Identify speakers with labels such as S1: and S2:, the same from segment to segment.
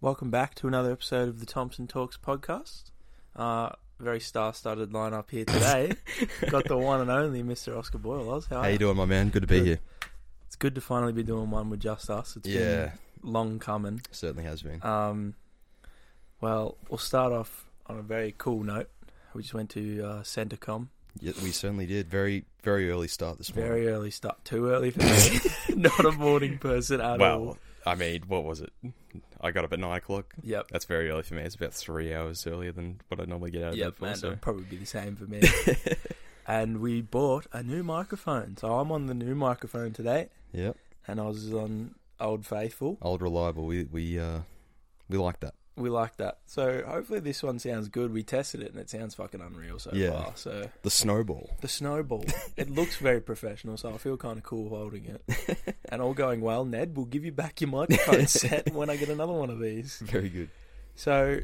S1: Welcome back to another episode of the Thompson Talks podcast. Uh, very star-studded lineup here today. Got the one and only Mr. Oscar Boyle. Oz, how,
S2: How you doing, my man? Good to be
S1: Good.
S2: here.
S1: It's good to finally be doing one with just us. It's
S2: Yeah,
S1: been long coming.
S2: certainly has been.
S1: Um, well, we'll start off on a very cool note. We just went to uh, Centrecom.
S2: Yeah, we certainly did. Very, very early start this morning.
S1: Very early start. Too early for me. Not a morning person at all.
S3: Well, I mean, what was it? I got up at nine o'clock.
S1: Yep.
S3: That's very early for me. It's about three hours earlier than what I normally get out of
S1: Yep,
S3: bed for.
S1: man,
S3: so.
S1: it'd probably be the same for me. and we bought a new microphone. So I'm on the new microphone today,
S2: Yep,
S1: and I was on Old Faithful.
S2: old reliable. We we uh, we like that.
S1: We like that. So hopefully this one sounds good. We tested it, and it sounds fucking unreal so
S2: Yeah.
S1: far. So
S2: The snowball.
S1: the snowball, it looks very professional, so I feel kind of cool holding it. and all going well, Ned, we'll give you back your microphone set when I get another one of these.
S2: Very good.
S1: So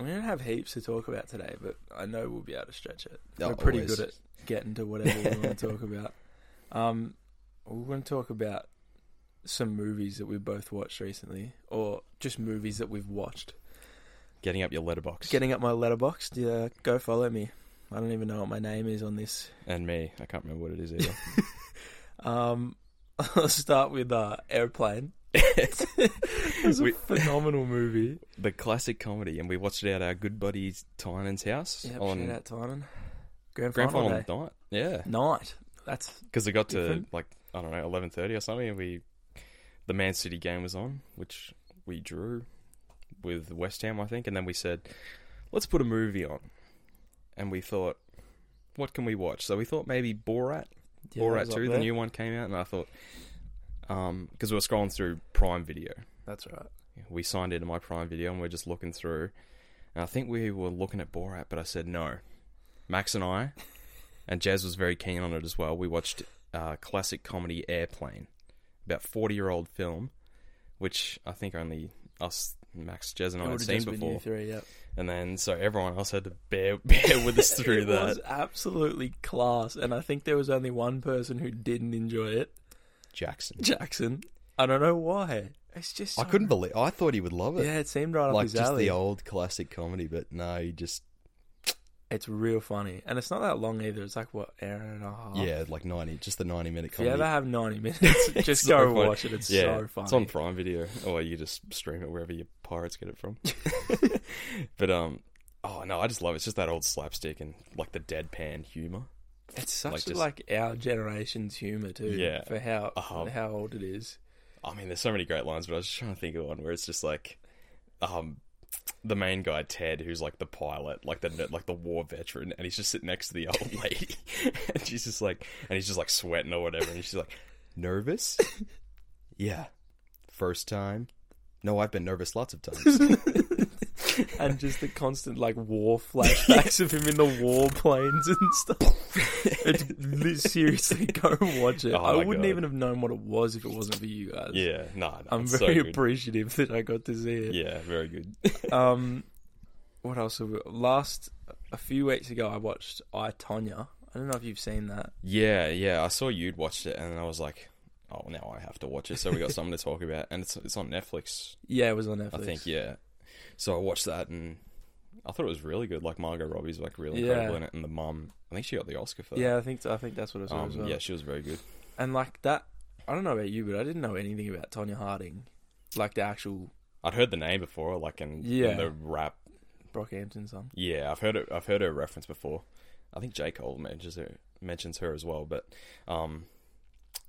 S1: we don't have heaps to talk about today, but I know we'll be able to stretch it.
S2: Oh,
S1: We're pretty
S2: always.
S1: good at getting to whatever we want to talk about. Um, we're going to talk about some movies that we both watched recently, or just movies that we've watched.
S3: Getting up your letterbox.
S1: Getting up my letterbox, yeah, go follow me. I don't even know what my name is on this.
S3: and me. I can't remember what it is either.
S1: Um, I'll start with uh, Airplane. It's a
S3: We-
S1: phenomenal movie.
S3: the classic comedy. And we watched it at our good buddy Tynan's house
S1: Yep, shout
S3: on
S1: out to Tynan. Grand,
S3: grand
S1: final,
S3: final
S1: day.
S3: night. Yeah.
S1: Night. That's
S3: Because it got to,
S1: Different.
S3: like, I don't know, 11.30 or something. And we, the Man City game was on, which we drew with West Ham, I think. And then we said, let's put a movie on. And we thought, what can we watch? So we thought maybe
S1: yeah,
S3: Borat.
S1: that
S3: Borat
S1: was up
S3: 2, the
S1: there.
S3: new one came out, and I thought, because we were scrolling through Prime Video.
S1: That's right.
S3: We signed into my Prime Video, and we're just looking through. And I think we were looking at Borat, but I said no. Max and I, and Jazz was very keen on it as well. We watched uh, classic comedy Airplane, about 40 year old film, which I think only us, Max, Jazz, and I had
S1: would've
S3: seen
S1: just been you
S3: before.
S1: Three, yep.
S3: And then, so everyone else had to bear, bear with us through
S1: it
S3: that.
S1: was absolutely class, and I think there was only one person who didn't enjoy it,
S3: Jackson.
S1: Jackson. I don't know why. It's just
S2: I
S1: so-
S2: couldn't believe. I thought he would love it.
S1: Yeah, it seemed right up
S2: like
S1: his
S2: just
S1: alley.
S2: the old classic comedy, but no, he just
S1: It's real funny, and it's not that long either. It's like what hour and a half.
S2: yeah, like ninety, just the ninety minute
S1: If you
S2: comedy.
S1: ever have ninety minutes, just
S3: so
S1: go
S3: funny.
S1: watch it. It's so funny.
S3: It's on Prime Video, or you just stream it wherever your pirates get it from. but um, oh no, I just love it. It's just that old slapstick and like the deadpan humor.
S1: It's such
S3: Like
S1: like,
S3: just-
S1: our generation's humor too.
S3: Yeah.
S1: For how
S3: Uh-huh.
S1: for how old it is.
S3: I mean, there's so many great lines, but I was just trying to think of one where it's just like, um, the main guy Ted, who's like the pilot, like the like the war veteran, and he's just sitting next to the old lady, and she's just like, and he's just like sweating or whatever, and she's like,
S2: nervous? yeah, first time. No, I've been nervous lots of times.
S1: And just the constant like war flashbacks of him in the war planes and stuff. It's li- seriously go watch it.
S3: Oh
S1: I
S3: my
S1: wouldn't
S3: God.
S1: even have known what it was if it wasn't for you guys.
S3: yeah, no, no
S1: I'm
S3: it's so
S1: very
S3: good.
S1: appreciative that I got to see it.
S3: yeah, very good.
S1: Um, what else? Have we, last a few weeks ago, I watched I Tonya. I don't know if you've seen that.
S3: Yeah, yeah. I saw you'd watched it, and I was like, "Oh, now I have to watch it." So we got something to talk about, and it's it's on Netflix,
S1: Yeah, it was on Netflix.
S3: I think. Yeah. So I watched that, and I thought it was really good. Like Margot Robbie's like really
S1: Yeah.
S3: incredible in it, and the mum, I think she got the Oscar for that.
S1: Yeah, I think I think that's what it was
S3: Um,
S1: as well.
S3: Yeah, she was very good.
S1: And like that, I don't know about you, but I didn't know anything about Tonya Harding, like the actual
S3: I'd heard the name before, like in,
S1: Yeah.
S3: in the rap.
S1: Brockhampton song.
S3: Yeah, I've heard it. I've heard her reference before. I think J Cole mentions her mentions her as well, but um,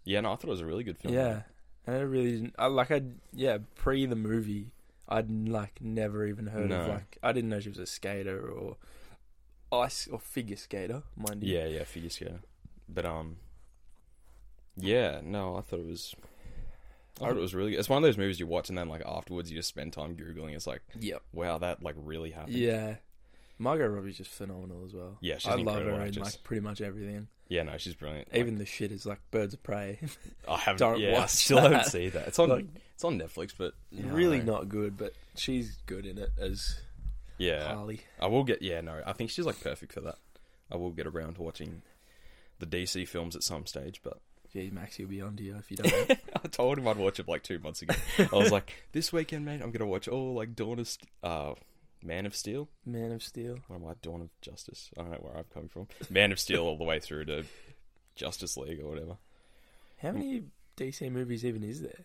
S3: yeah, no, I thought it was a really good film.
S1: Yeah, and I really didn't. I, like I yeah pre the movie, I'd like never even heard of
S3: No.
S1: like I didn't know she was a skater or ice or figure skater, mind you.
S3: Yeah, yeah, figure skater. But um, yeah, no, I thought it was. I thought it was really. Good. It's one of those movies you watch and then like afterwards you just spend time googling. It's like,
S1: Yep.
S3: wow, that like really happened.
S1: Yeah. Margot Robbie's just phenomenal as well.
S3: yeah, she's
S1: I
S3: an
S1: love
S3: incredible
S1: her in
S3: actress.
S1: like pretty much everything.
S3: yeah, no, she's brilliant. Like,
S1: Even the shit is like Birds of Prey.
S3: I haven't.
S1: don't
S3: yeah, I
S1: watch
S3: still
S1: that.
S3: haven't seen that. It's on.
S1: Like-
S3: it's on Netflix, but no.
S1: Really not good, but she's good in it as
S3: Yeah,
S1: Harley.
S3: I will get. Yeah, no, I think she's like perfect for that. I will get around to watching the DC films at some stage, but
S1: Geez, Max, you'll be on to you if you don't.
S3: I told him I'd watch it like two months ago. I was like, this weekend, mate, I'm gonna watch all like Dawn of St- uh, Man of Steel.
S1: Man of Steel.
S3: What am I? Dawn of Justice. I don't know where I'm coming from. Man of Steel all the way through to Justice League or whatever.
S1: How many DC movies even is there?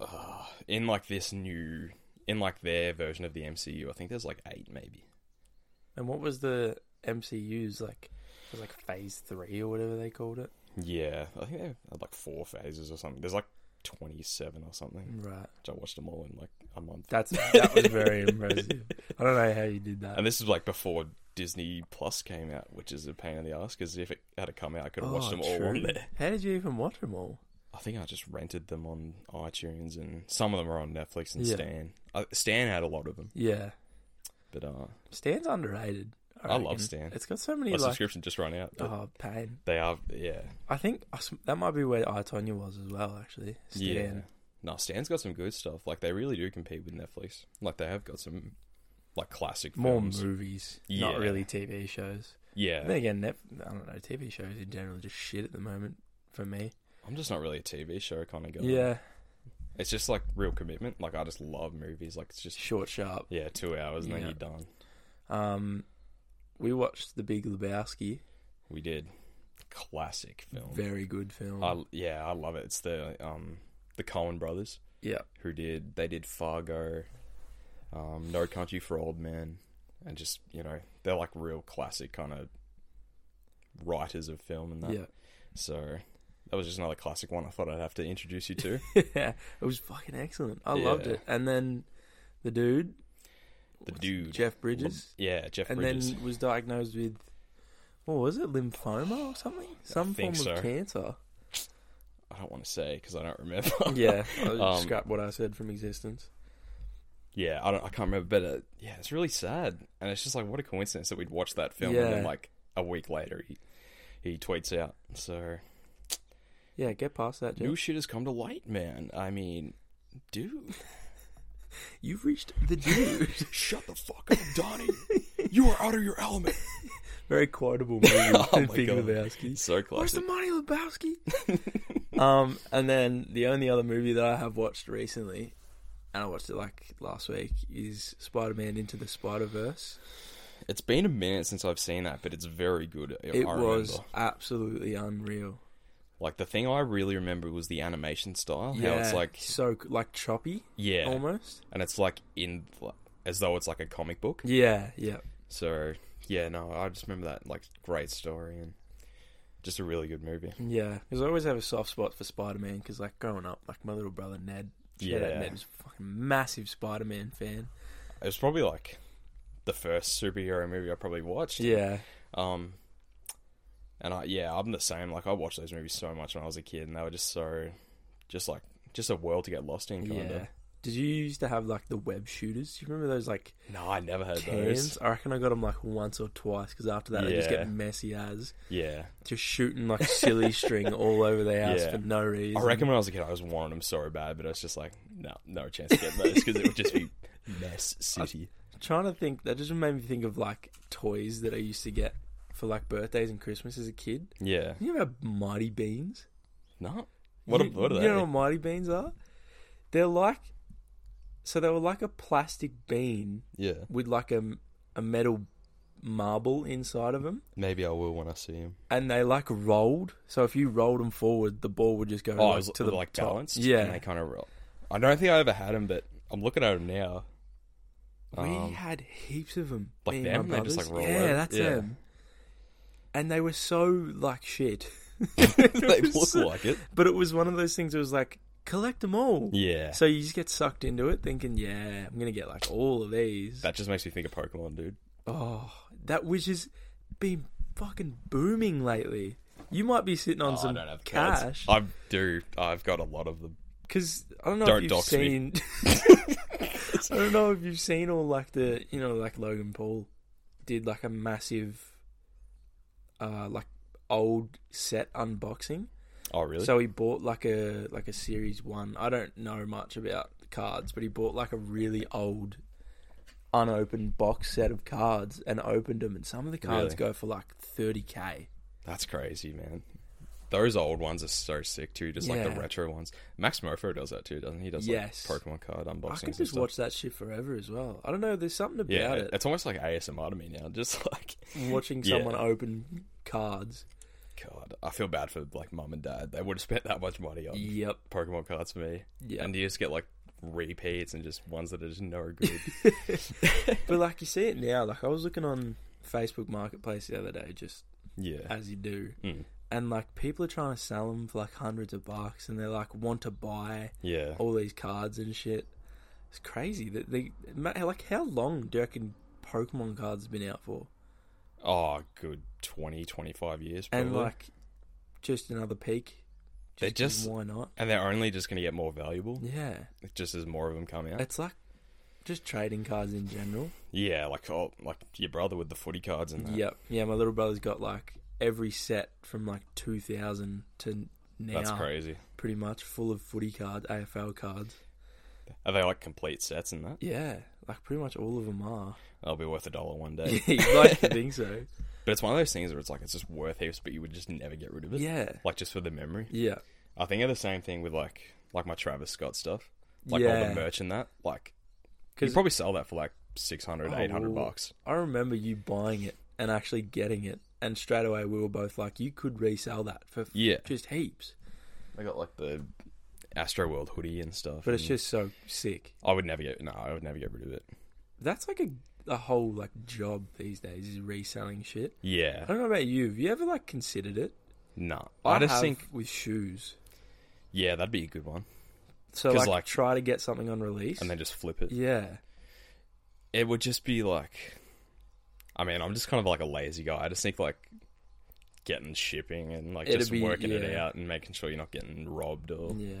S3: Uh, in like this new, in like their version of the MCU, I think there's like eight maybe.
S1: And what was the MCU's like? It was like Phase Three or whatever they called it.
S3: Yeah, I think they had like four phases or something. There's like 27 or something.
S1: Right.
S3: Which I watched them all in like a month.
S1: That's that was very impressive. I don't know how you did that.
S3: And this is like before Disney Plus came out, which is a pain in the ass because if it had come out, I could have watched them all on
S1: true.
S3: there.
S1: How did you even watch them all?
S3: I think I just rented them on iTunes, and some of them are on Netflix and
S1: Yeah.
S3: Stan. Uh, Stan had a lot of them,
S1: Yeah,
S3: but uh,
S1: Stan's underrated. I,
S3: I love
S1: reckon.
S3: Stan.
S1: It's got so many
S3: my
S1: like
S3: subscription just ran out. but
S1: oh pain.
S3: They are, yeah,
S1: I think I s- that might be where Itonia was as well. Actually, Stan.
S3: yeah. No, Stan's got some good stuff. Like they really do compete with Netflix. Like they have got some like classic
S1: More
S3: films.
S1: movies,
S3: Yeah.
S1: not really TV shows.
S3: yeah,
S1: Then again, Netf- I don't know. TV shows in general are just shit at the moment for me.
S3: I'm just not really a TV show kind of guy.
S1: Yeah,
S3: It's just like real commitment. Like I just love movies. Like it's just
S1: short, sharp.
S3: yeah, two hours and then
S1: Yeah.
S3: you're done.
S1: Um, we watched The Big Lebowski.
S3: We did classic film.
S1: Very good film.
S3: I, yeah, I love it. It's the um the Cohen brothers
S1: yeah,
S3: who did they did Fargo, um, No Country for Old Men, and just you know they're like real classic kind of writers of film and that.
S1: yeah.
S3: So that was just another classic one. I thought I'd have to introduce you to.
S1: yeah, it was fucking excellent. I loved
S3: Yeah.
S1: it. And then the dude,
S3: The
S1: what's-
S3: dude.
S1: Jeff Bridges,
S3: yeah, Jeff
S1: and
S3: Bridges.
S1: then was diagnosed with what was it, lymphoma or something, some form
S3: think
S1: of
S3: so.
S1: cancer.
S3: I don't want to say because I don't remember.
S1: yeah, I'll
S3: Um,
S1: scrap what I said from existence.
S3: yeah, I don't. I can't remember, but uh, yeah, it's really sad, and it's just like what a coincidence that we'd watch that film and then
S1: Yeah.
S3: like a week later he he tweets out. So
S1: Yeah, get past that, Jeff.
S3: new shit has come to light, man. I mean, dude,
S1: You've reached the dude.
S3: shut the fuck up, Donnie. you are out of your element.
S1: Very quotable movie.
S3: Oh
S1: The
S3: my
S1: Big
S3: God.
S1: Lebowski.
S3: So
S1: Where's the
S3: classic.
S1: money, Lebowski? um, and then the only other movie that I have watched recently, and I watched it like last week, is Spider-Man Into the Spider-Verse.
S3: It's been a minute since I've seen that, but it's very good. I-
S1: It
S3: I
S1: was
S3: remember.
S1: absolutely unreal.
S3: like the thing I really remember was the animation style. How it's like
S1: so like choppy
S3: yeah,
S1: almost.
S3: and it's like in as though it's like a comic book.
S1: Yeah, yeah.
S3: So yeah, no, I just remember that like great story and just a really good movie.
S1: Yeah, because I always have a soft spot for Spider Man. Because like growing up, like my little brother Ned, yeah,
S3: Yeah.
S1: Ned was a fucking massive Spider Man fan.
S3: It was probably like the first superhero movie I probably watched.
S1: Yeah,
S3: Um, and I yeah, I'm the same. Like I watched those movies so much when I was a kid, and they were just so, just like just a world to get lost in. Kind
S1: yeah. Did you used to have like the web shooters? Do you remember those like
S3: of. No, I never had
S1: cans?
S3: those.
S1: I reckon I got them like once or twice. Because after that, they just
S3: Yeah.
S1: get messy as
S3: Yeah,
S1: just shooting like silly string all over the house
S3: Yeah.
S1: for no reason.
S3: I reckon when I was a kid, I was wanting them so bad, but I was just like, no, no chance of getting those because it would just be mess city.
S1: trying to think that just made me think of like toys that I used to get for like birthdays and Christmas as a kid.
S3: Yeah,
S1: You ever have Mighty Beans?
S3: no. What,
S1: you,
S3: a, what are
S1: you
S3: they?
S1: know what Mighty Beans are? They're like so they were like a plastic bean
S3: yeah,
S1: with like a, a metal marble inside of them
S3: maybe I will when I see him.
S1: and they like rolled so if you rolled them forward the ball would just go
S3: Oh,
S1: like,
S3: it was
S1: to the
S3: like
S1: top.
S3: balanced. and
S1: yeah
S3: they kind of roll. I don't think I ever had them, but I'm looking at them now.
S1: we
S3: Um,
S1: had heaps of them
S3: like
S1: me and
S3: them?
S1: my
S3: They just,
S1: brothers.
S3: like, roll
S1: yeah
S3: over?
S1: that's
S3: Yeah.
S1: them and they were so like shit
S3: they
S1: was
S3: look
S1: so-
S3: like it.
S1: but it was one of those things that was like collect them all
S3: Yeah,
S1: So you just get sucked into it, thinking, "Yeah, I'm gonna get like all of these."
S3: that just makes me think of Pokemon, dude.
S1: oh, that which has been fucking booming lately. You might be sitting on
S3: Oh,
S1: some
S3: I don't have
S1: cash
S3: cards. I do. I've got a lot of them.
S1: because I don't know
S3: Don't
S1: if you've
S3: dox me.
S1: seen. I don't know if you've seen all like the you know like Logan Paul did like a massive, uh, like old set unboxing.
S3: Oh, really?
S1: So he bought like a like a series one. I don't know much about cards, but he bought like a really old, unopened box set of cards and opened them. And some of the cards
S3: Really?
S1: go for like thirty k.
S3: That's crazy, man. those old ones are so sick too. Just like
S1: Yeah.
S3: the retro ones. Max Murphy does that too, doesn't he? He Does
S1: Yes.
S3: like Pokemon card unboxings.
S1: I could
S3: and
S1: just
S3: stuff.
S1: watch that shit forever as well. I don't know. There's something about
S3: Yeah,
S1: it.
S3: it's almost like ASMR to me now. Just like
S1: Watching
S3: Yeah.
S1: someone open cards.
S3: God, I feel bad for like mum and dad. They would have spent that much money on
S1: Yep.
S3: Pokemon cards for me,
S1: Yeah.
S3: and you just get like repeats and just ones that are just no good.
S1: But like you see it now. Like I was looking on Facebook Marketplace the other day, just
S3: yeah,
S1: as you do,
S3: Mm.
S1: and like people are trying to sell them for like hundreds of bucks, and they like want to buy
S3: yeah.
S1: all these cards and shit. It's crazy that they ma- like how long do you reckon Pokemon cards have been out for?
S3: Oh, good 20, 25 years probably.
S1: And like just another peak.
S3: They
S1: 'cause
S3: just-
S1: why not?
S3: and they're only just going to get more valuable
S1: Yeah,
S3: just as more of them come out.
S1: it's like just trading cards in general.
S3: Yeah, like oh, like your brother with the footy cards and that.
S1: Yep. Yeah, my little brother's got like every set from like 2000 to now.
S3: That's crazy.
S1: Pretty much full of footy cards, AFL cards.
S3: Are they like complete sets and that?
S1: Yeah, like pretty much all of them are.
S3: That'll be worth a dollar one day.
S1: You'd like to think so.
S3: But it's one of those things where it's like it's just worth heaps, but you would just never get rid of it.
S1: Yeah.
S3: Like just for the memory.
S1: Yeah.
S3: I think of the same thing with like like my Travis Scott stuff. Like all
S1: Yeah.
S3: the merch and that. Like you
S1: 'Cause-
S3: probably sell that for like 600,
S1: Oh,
S3: 800
S1: well,
S3: bucks.
S1: I remember you buying it and actually getting it, and straight away we were both like, "You could resell that for f-
S3: Yeah.
S1: just heaps."
S3: I got like the Astro World hoodie and stuff.
S1: But it's
S3: and
S1: just so sick.
S3: I would never get no, I would never get rid of it.
S1: That's like a a whole like job these days is reselling shit.
S3: Yeah.
S1: I don't know about you. Have you ever like considered it?
S3: No. I, just
S1: have
S3: think
S1: with shoes.
S3: yeah, that'd be a good one.
S1: So
S3: 'Cause,
S1: like,
S3: like-
S1: try to get something on release.
S3: And then just flip it.
S1: yeah,
S3: It would just be like I mean, I'm just kind of like a lazy guy. I just think like getting shipping and like
S1: It'd
S3: just
S1: be-
S3: working it
S1: yeah. Mm.
S3: out and making sure you're not getting robbed or
S1: yeah.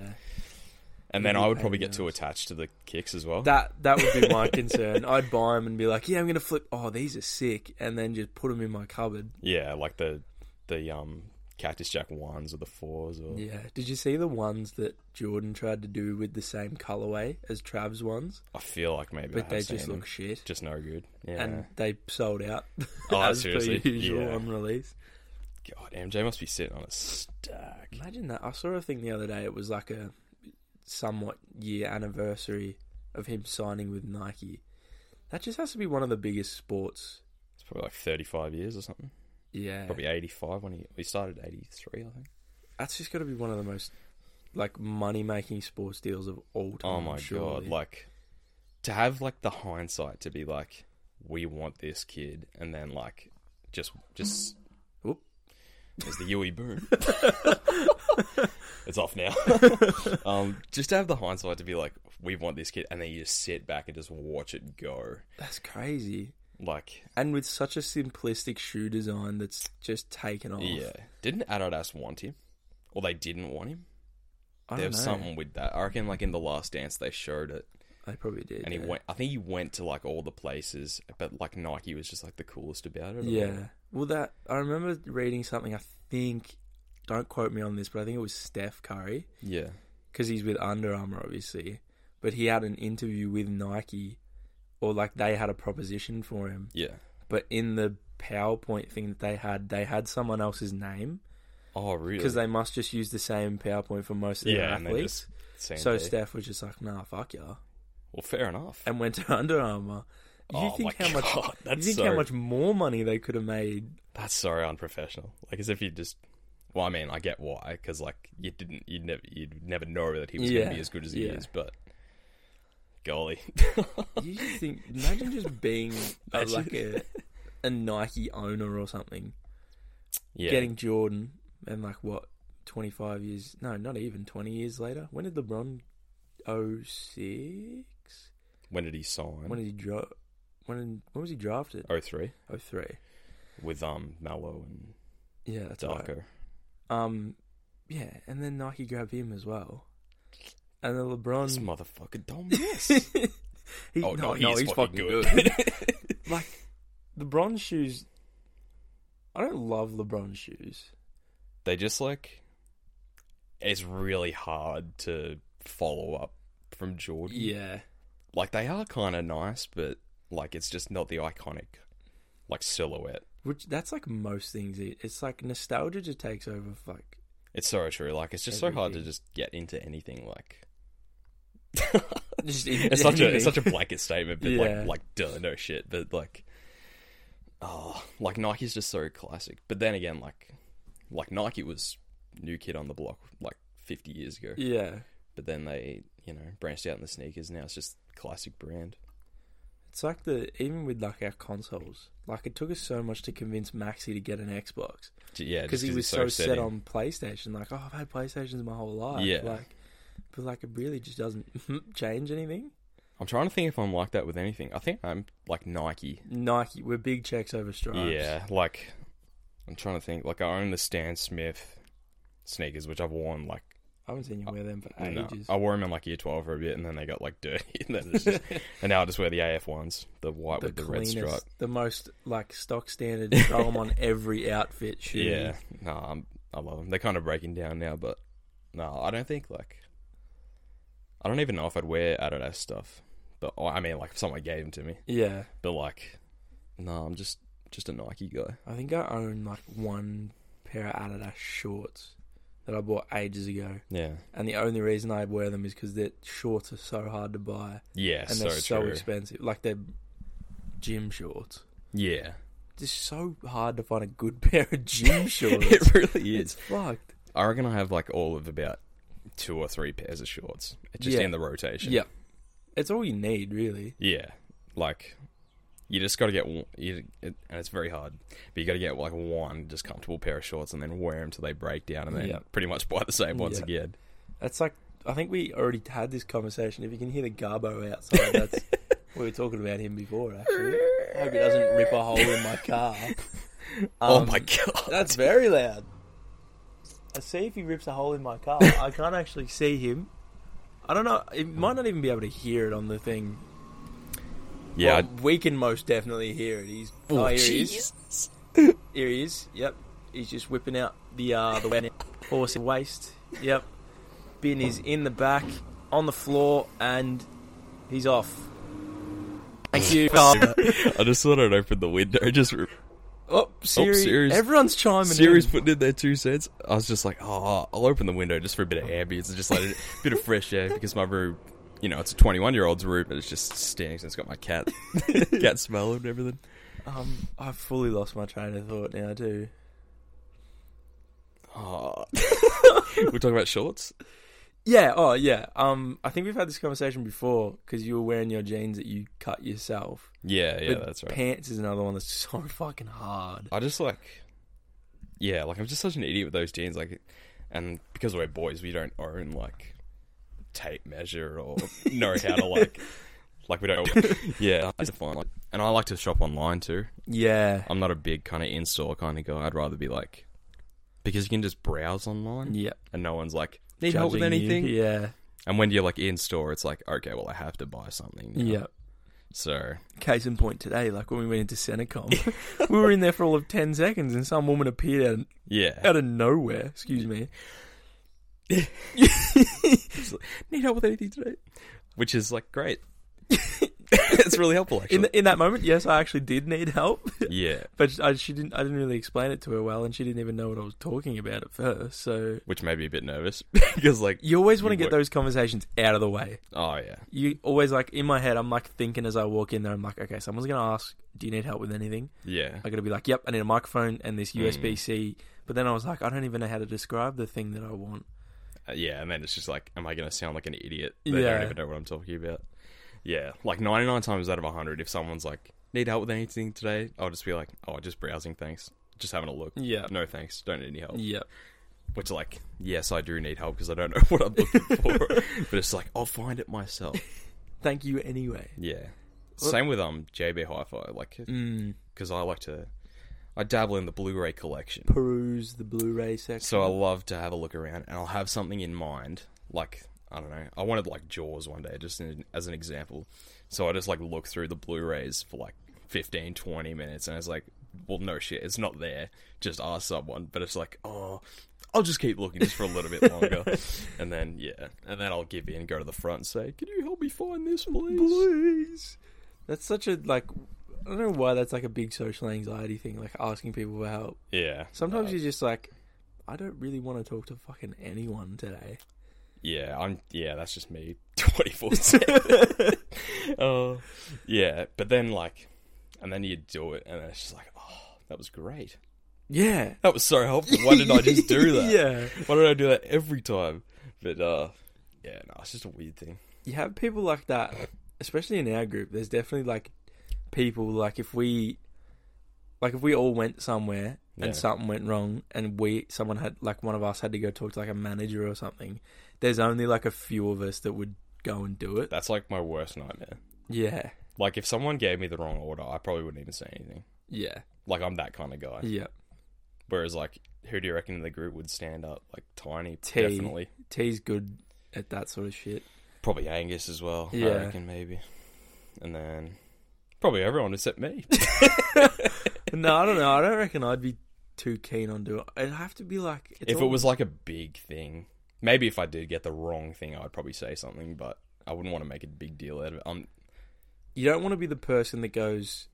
S3: and then
S1: It'd be
S3: I
S1: a
S3: would
S1: pain
S3: probably
S1: in the
S3: get too
S1: ass.
S3: attached to the kicks as well.
S1: That that would be my concern. I'd buy them and be like, "Yeah, I'm gonna flip. Oh, these are sick," and then just put them in my cupboard.
S3: Yeah, like the the um Cactus Jack ones or the fours or
S1: Yeah. Did you see the ones that Jordan tried to do with the same colorway as Trav's ones,
S3: I feel like maybe I
S1: but
S3: have
S1: they
S3: seen
S1: just
S3: them.
S1: look shit,
S3: just no good. Yeah.
S1: and they sold out
S3: Oh,
S1: as
S3: seriously?
S1: per usual
S3: Yeah.
S1: on release.
S3: God, MJ must be sitting on a stack.
S1: Imagine that. I saw a thing the other day. It was like a somewhat year anniversary of him signing with Nike. That just has to be one of the biggest sports.
S3: It's probably like thirty five years or something.
S1: Yeah.
S3: Probably eighty five when he we started eighty three, I think.
S1: That's just got to be one of the most like money making sports deals of all time.
S3: Oh my
S1: surely.
S3: god. Like to have like the hindsight to be like, we want this kid and then like just just
S1: Whoop.
S3: There's the Yui boom. it's off now. um, just to have the hindsight to be like, we want this kid, and then you just sit back and just watch it go.
S1: that's crazy.
S3: Like,
S1: And with such a simplistic shoe design that's just taken off.
S3: yeah. Didn't Adidas want him? Or they didn't want him?
S1: I
S3: There
S1: don't know.
S3: was something with that. I reckon, like, in The Last Dance, they showed it.
S1: They probably did.
S3: And he
S1: yeah.
S3: went, I think he went to, like, all the places, but, like, Nike was just, like, the coolest about it. or-
S1: Yeah. Well, that I remember reading something. I think, don't quote me on this, but I think it was Steph Curry
S3: Yeah.
S1: because he's with Under Armour, obviously. But he had an interview with Nike, or like they had a proposition for him.
S3: Yeah.
S1: But in the PowerPoint thing that they had, they had someone else's name
S3: Oh, really?
S1: because they must just use the same PowerPoint for most of their
S3: Yeah, and they
S1: athletes.
S3: Same
S1: So
S3: day.
S1: Steph was just like, "Nah, fuck yeah,"
S3: Well, fair enough.
S1: and went to Under Armour. You
S3: Oh
S1: think
S3: my
S1: how much?
S3: God,
S1: you
S3: that's
S1: think
S3: so-
S1: how much more money they could have made?
S3: That's so unprofessional. Like as if you just. Well, I mean, I get why, because like you didn't, you'd never, you'd never know that he was
S1: Yeah,
S3: going to be as good as he
S1: yeah.
S3: is. But golly,
S1: You just think? Imagine just being a,
S3: Imagine.
S1: like a a Nike owner or something,
S3: yeah,
S1: getting Jordan, and like what twenty five years? No, not even twenty years later. When did LeBron? Oh six.
S3: when did he sign?
S1: When did he dra- When when was he drafted?
S3: oh three
S1: Oh three.
S3: with um Mallow and
S1: Yeah, that's right.
S3: Darko.
S1: Um, yeah, and then Nike grabbed him as well, and then
S3: This
S1: LeBron.
S3: motherfucker don't
S1: he,
S3: Oh no, he's, fucking, good.
S1: like LeBron shoes. I don't love LeBron shoes.
S3: they just like it's really hard to follow up from Jordan.
S1: Yeah,
S3: Like they are kind of nice, but like it's just not the iconic like silhouette.
S1: which that's like most things. It- It's like nostalgia just takes over. for, Like
S3: It's so true. Like it's just so hard to
S1: Everything.
S3: just get into anything. Like
S1: Just
S3: it's such a it's such a blanket statement, but
S1: Yeah.
S3: like like duh, no shit. But like, oh, like Nike's just so classic. But then again, like like Nike was new kid on the block like 50 years ago.
S1: yeah.
S3: But then they you know branched out in the sneakers. Now it's just classic brand.
S1: It's like the even with like our consoles, like it took us so much to convince Maxi to get an Xbox
S3: J- Yeah, just
S1: because he was
S3: it's
S1: so set
S3: setting.
S1: on PlayStation. Like, oh, I've had PlayStations my whole life.
S3: Yeah.
S1: Like, but like it really just doesn't change anything.
S3: I'm trying to think if I'm like that with anything. I think I'm like Nike.
S1: Nike, we're big checks over stripes.
S3: Yeah, like I'm trying to think. Like I own the Stan Smith sneakers, which I've worn like
S1: I haven't seen you wear them for
S3: no,
S1: Ah, ages.
S3: I wore them in like year 12 for a bit, and then they got like dirty, and then it's just, and now I just wear the AF ones, the white with the red stripe.
S1: the most like stock standard. Throw them on every outfit. Shoe.
S3: Yeah, no, I'm, I love them. They're kind of breaking down now, but no, I don't think like I don't even know if I'd wear Adidas stuff, but oh, I mean like if someone gave them to me,
S1: yeah.
S3: but like no, I'm just just a Nike guy.
S1: I think I own like one pair of Adidas shorts that I bought ages ago,
S3: Yeah,
S1: and the only reason I wear them is because their shorts are so hard to buy
S3: yeah,
S1: and
S3: so,
S1: they're so
S3: true.
S1: expensive. Like they're gym shorts.
S3: yeah,
S1: It's so hard to find a good pair of gym shorts.
S3: it really
S1: it's
S3: is.
S1: fucked.
S3: I reckon I have like all of about two or three pairs of shorts, just
S1: Yeah.
S3: in the rotation.
S1: Yeah, it's all you need really.
S3: Yeah, like you just got to get one- you, it, and it's very hard, but you got to get like one just comfortable pair of shorts and then wear them till they break down, and then
S1: Yeah.
S3: pretty much buy the same ones
S1: Yeah.
S3: again.
S1: That's like I think we already had this conversation. If you can hear the garbo outside, that's we were talking about him before. Actually, I hope he doesn't rip a hole in my car.
S3: oh
S1: Um,
S3: my god!
S1: That's very loud. I Um, see if he rips a hole in my car. I can't actually see him. I don't know. It might not even be able to hear it on the thing.
S3: yeah,
S1: Well, we can most definitely hear it. He's
S3: I-
S1: oh, here he is. Here he is. Yep, he's just whipping out the uh, the wet horse waist. Yep, bin is in the back on the floor and he's off. Thank you.
S3: Oh,
S1: Carl.
S3: I just thought I'd open the window. Just
S1: oh, Siri.
S3: Siri's-
S1: Everyone's chiming
S3: Siri's
S1: in.
S3: putting in their two cents. I was just like, oh, I'll open the window just for a bit of ambience and just like a bit of fresh air because my room, you know, it's a 21 year old's room, but it's just stinks and it's got my cat, cat smell and everything.
S1: Um, I've fully lost my train of thought now too.
S3: Oh. We're talking about shorts.
S1: Yeah. Oh, yeah. Um, I think we've had this conversation before because you were wearing your jeans that you cut yourself.
S3: Yeah, yeah,
S1: But
S3: that's right.
S1: Pants is another one that's so fucking hard.
S3: I just like, yeah, like I'm just such an idiot with those jeans. Like, and because we're boys, we don't own like tape measure or know how to like, like we don't. Yeah, I define like, and I like to shop online too.
S1: Yeah.
S3: I'm not a big kind of in-store kind of guy. I'd rather be like, because you can just browse online,
S1: Yeah.
S3: and no one's like need help with
S1: Judging you.
S3: anything.
S1: Yeah.
S3: And when you're like in-store, it's like okay, well I have to buy something. now.
S1: Yeah.
S3: So
S1: Case in point today, like when we went into Senecom, we were in there for all of 10 seconds and some woman appeared out,
S3: yeah,
S1: out of nowhere. Excuse me.
S3: need help with anything today, which is like great. it's really helpful actually.
S1: In, in that moment, yes, I actually did need help,
S3: yeah,
S1: but I, she didn't, I didn't really explain it to her well and she didn't even know what I was talking about at first. So
S3: which made me a bit nervous because like
S1: you always want to
S3: You
S1: get
S3: work-
S1: those conversations out of the way.
S3: oh yeah,
S1: You always like, in my head, I'm like thinking as I walk in there, I'm like, okay, someone's going to ask, do you need help with anything?
S3: yeah,
S1: I gotta be like, yep, I need a microphone and
S3: Mm.
S1: this USB C. But then I was like, I don't even know how to describe the thing that I want.
S3: Uh, yeah. And then it's just like, am I going to sound like an idiot? They don't
S1: Yeah.
S3: even know what I'm talking about. Yeah, like 99 times out of 100, if someone's like need help with anything today, I'll just be like, oh, just browsing, thanks, just having a look.
S1: Yeah.
S3: no thanks, don't need any help.
S1: Yep.
S3: Which like, yes, I do need help because I don't know what I'm looking for, but it's like I'll find it myself.
S1: Thank you anyway.
S3: Yeah.
S1: Well-
S3: Same with um JB Hi-Fi, like
S1: Mm.
S3: because I like to, I dabble in the Blu-ray collection,
S1: Peruse the Blu-ray section.
S3: so I love to have a look around, and I'll have something in mind. Like I don't know, I wanted like Jaws one day, just in, as an example. So I just like look through the Blu-rays for like 15, 20 minutes, and it's like, well, no shit, it's not there. Just ask someone, but it's like, oh. I'll just keep looking just for a little bit longer, and then yeah, and then I'll give in, go to the front, and say, "Can you help me find this, please?"
S1: please. That's such a like. I don't know why that's like a big social anxiety thing, like asking people for help.
S3: Yeah,
S1: Sometimes
S3: Uh,
S1: you're just like, I don't really want to talk to fucking anyone today.
S3: Yeah, I'm. Yeah, that's just me, twenty four seven. Oh, yeah. But then like, and then you do it, and it's just like, oh, that was great.
S1: Yeah.
S3: That was so helpful. Why didn't I just do that?
S1: yeah.
S3: Why don't I do that every time? But uh, yeah, no, it's just a weird thing.
S1: You have people like that, especially in our group. There's definitely like people like if we, like if we all went somewhere
S3: Yeah.
S1: and something went wrong, and we someone had like one of us had to go talk to like a manager or something. There's only like a few of us that would go and do it.
S3: That's like my worst nightmare.
S1: Yeah.
S3: Like if someone gave me the wrong order, I probably wouldn't even say anything.
S1: Yeah.
S3: Like I'm that kind of guy.
S1: Yeah.
S3: Whereas like, who do you reckon in the group would stand up? Like Tiny,
S1: T.
S3: definitely.
S1: T's good at that sort of shit.
S3: Probably Angus as well.
S1: Yeah.
S3: I reckon maybe. And then probably everyone except me.
S1: no, I don't know. I don't reckon I'd be too keen on doing. It'd have to be like it's
S3: if it
S1: all-
S3: was like a big thing, maybe if I did get the wrong thing, I'd probably say something, but I wouldn't want to make a big deal out of it. Um, I'm
S1: You don't want to be the person that goes,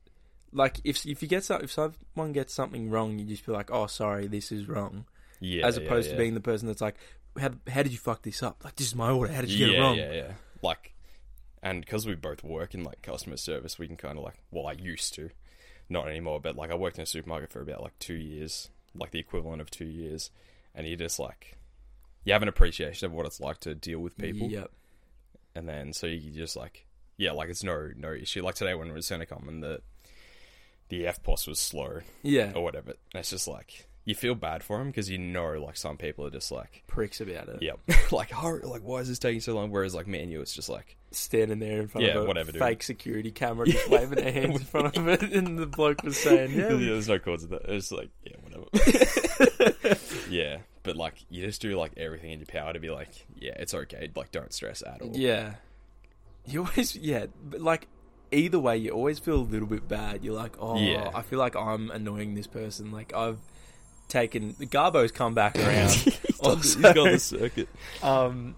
S1: like if if you get some, if someone gets something wrong, you just be like, oh, sorry, this is wrong,
S3: yeah,
S1: as
S3: yeah,
S1: opposed
S3: yeah.
S1: to being the person that's like, how, how did you fuck this up? Like this is my order. How did you
S3: yeah,
S1: get it wrong?
S3: yeah, yeah. Like, and because we both work in like customer service, we can kind of like, well, I used to, not anymore, but like I worked in a supermarket for about like two years, like the equivalent of two years, and you just like, you have an appreciation of what it's like to deal with people,
S1: Yep.
S3: and then so you just like, yeah, like it's no no issue. Like today when we were at Senecom and the the F POS was slow
S1: Yeah.
S3: or whatever, and it's just like you feel bad for him because you know like some people are just like.
S1: Pricks about it.
S3: Yep. like, hurry, like, why is this taking so long? Whereas, like, me and you, it's just like,
S1: Standing there in front
S3: Yeah,
S1: of a
S3: whatever, dude.
S1: fake security camera, just waving their hands in front of it, and the bloke was saying,
S3: Yeah,
S1: yeah, we-
S3: there's no cause of that. It's like, yeah, whatever. yeah, but like, you just do like everything in your power to be like, yeah, it's okay. Like, don't stress at all.
S1: Yeah. You always, yeah, but like either way, you always feel a little bit bad. You're like, oh,
S3: Yeah.
S1: I feel like I'm annoying this person. Like I've taken the Garbo's come back around.
S3: he's
S1: also,
S3: Oh, got the circuit.
S1: um,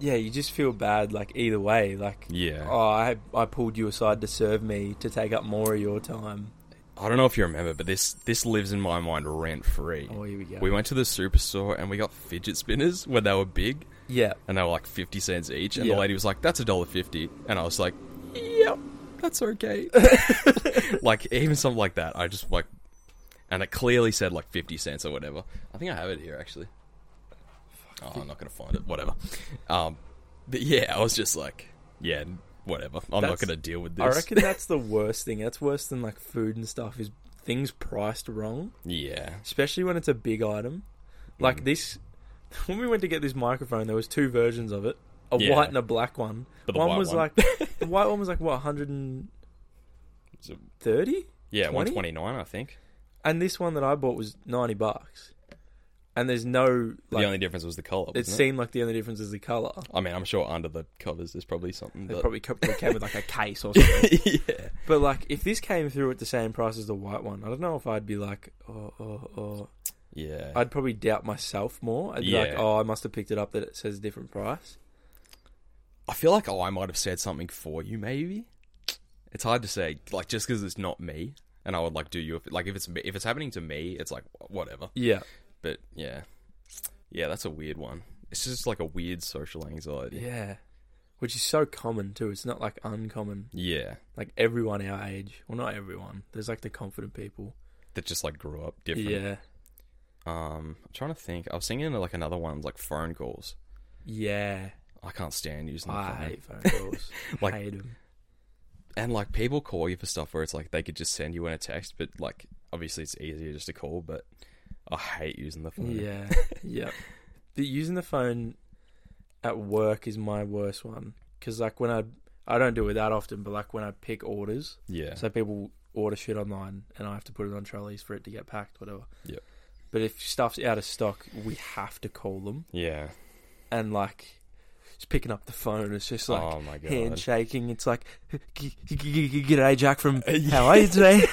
S1: yeah, you just feel bad. Like either way, like
S3: Yeah,
S1: oh, I I pulled you aside to serve me to take up more of your time.
S3: I don't know if you remember, but this this lives in my mind rent free.
S1: Oh, here we go.
S3: We went to the superstore and we got fidget spinners when they were big,
S1: yeah,
S3: and they were like fifty cents each. And
S1: Yeah.
S3: the lady was like, "That's a dollar fifty. and I was like, "Yep, that's okay." like even something like that, I just like, and it clearly said like fifty cents or whatever. I think I have it here actually. Oh, I'm not gonna find it. Whatever. Um, but yeah, I was just like, yeah, whatever. I'm not
S1: That's-
S3: gonna deal with this.
S1: I reckon that's the worst thing. That's worse than like food and stuff. Is things priced wrong?
S3: yeah,
S1: especially when it's a big item. Like
S3: Mm.
S1: this, when we went to get this microphone, there was two versions of it: a
S3: Yeah.
S1: white and a black one.
S3: But the
S1: one
S3: white
S1: was
S3: one-
S1: like the white one was like what 130,
S3: So- yeah,
S1: 20?
S3: one twenty nine. I think
S1: and this one that I bought was 90 bucks. And there's no
S3: the
S1: like
S3: only difference was the color.
S1: it
S3: wasn't it?
S1: seemed like the only difference is the color.
S3: I mean, I'm sure under the covers there's probably something.
S1: It
S3: But...
S1: probably co- came with like a case or something.
S3: yeah.
S1: But like, if this came through at the same price as the white one, I don't know if I'd be like, oh, oh, oh.
S3: Yeah.
S1: I'd probably doubt myself more. I'd be like,
S3: Yeah.
S1: oh, I must have picked it up that it says a different price.
S3: I feel like oh, I might have said something for you, maybe. It's hard to say, like just because it's not me, and I would like do you if, like if it's me- if it's happening to me, it's like wh- whatever.
S1: Yeah.
S3: But yeah, yeah, that's a weird one. It's just like a weird social anxiety.
S1: Yeah. Which is so common too. It's not like uncommon.
S3: Yeah,
S1: Like everyone our age. Well not everyone. There's like the confident people.
S3: that just like grew up different.
S1: Yeah.
S3: Um, I'm trying to think. I was thinking of, like another one, like phone calls.
S1: Yeah.
S3: I can't stand using the
S1: I
S3: phone.
S1: hate phone calls.
S3: Like-
S1: hate them.
S3: and like people call you for stuff where it's like they could just send you in a text, but like obviously it's easier just to call. But I hate using the phone.
S1: Yeah. yeah. But using the phone at work is my worst one. Cause like when I I don't do it that often, but like when I pick orders,
S3: yeah,
S1: so people order shit online and I have to put it on trolleys for it to get packed, whatever.
S3: Yep.
S1: But if stuff's out of stock, we have to call them.
S3: yeah.
S1: and like just picking up the phone. It's just like
S3: oh my god,
S1: handshaking. It's like, "G- g- g- g- g'day, Jack from
S3: Uh,
S1: how are you today?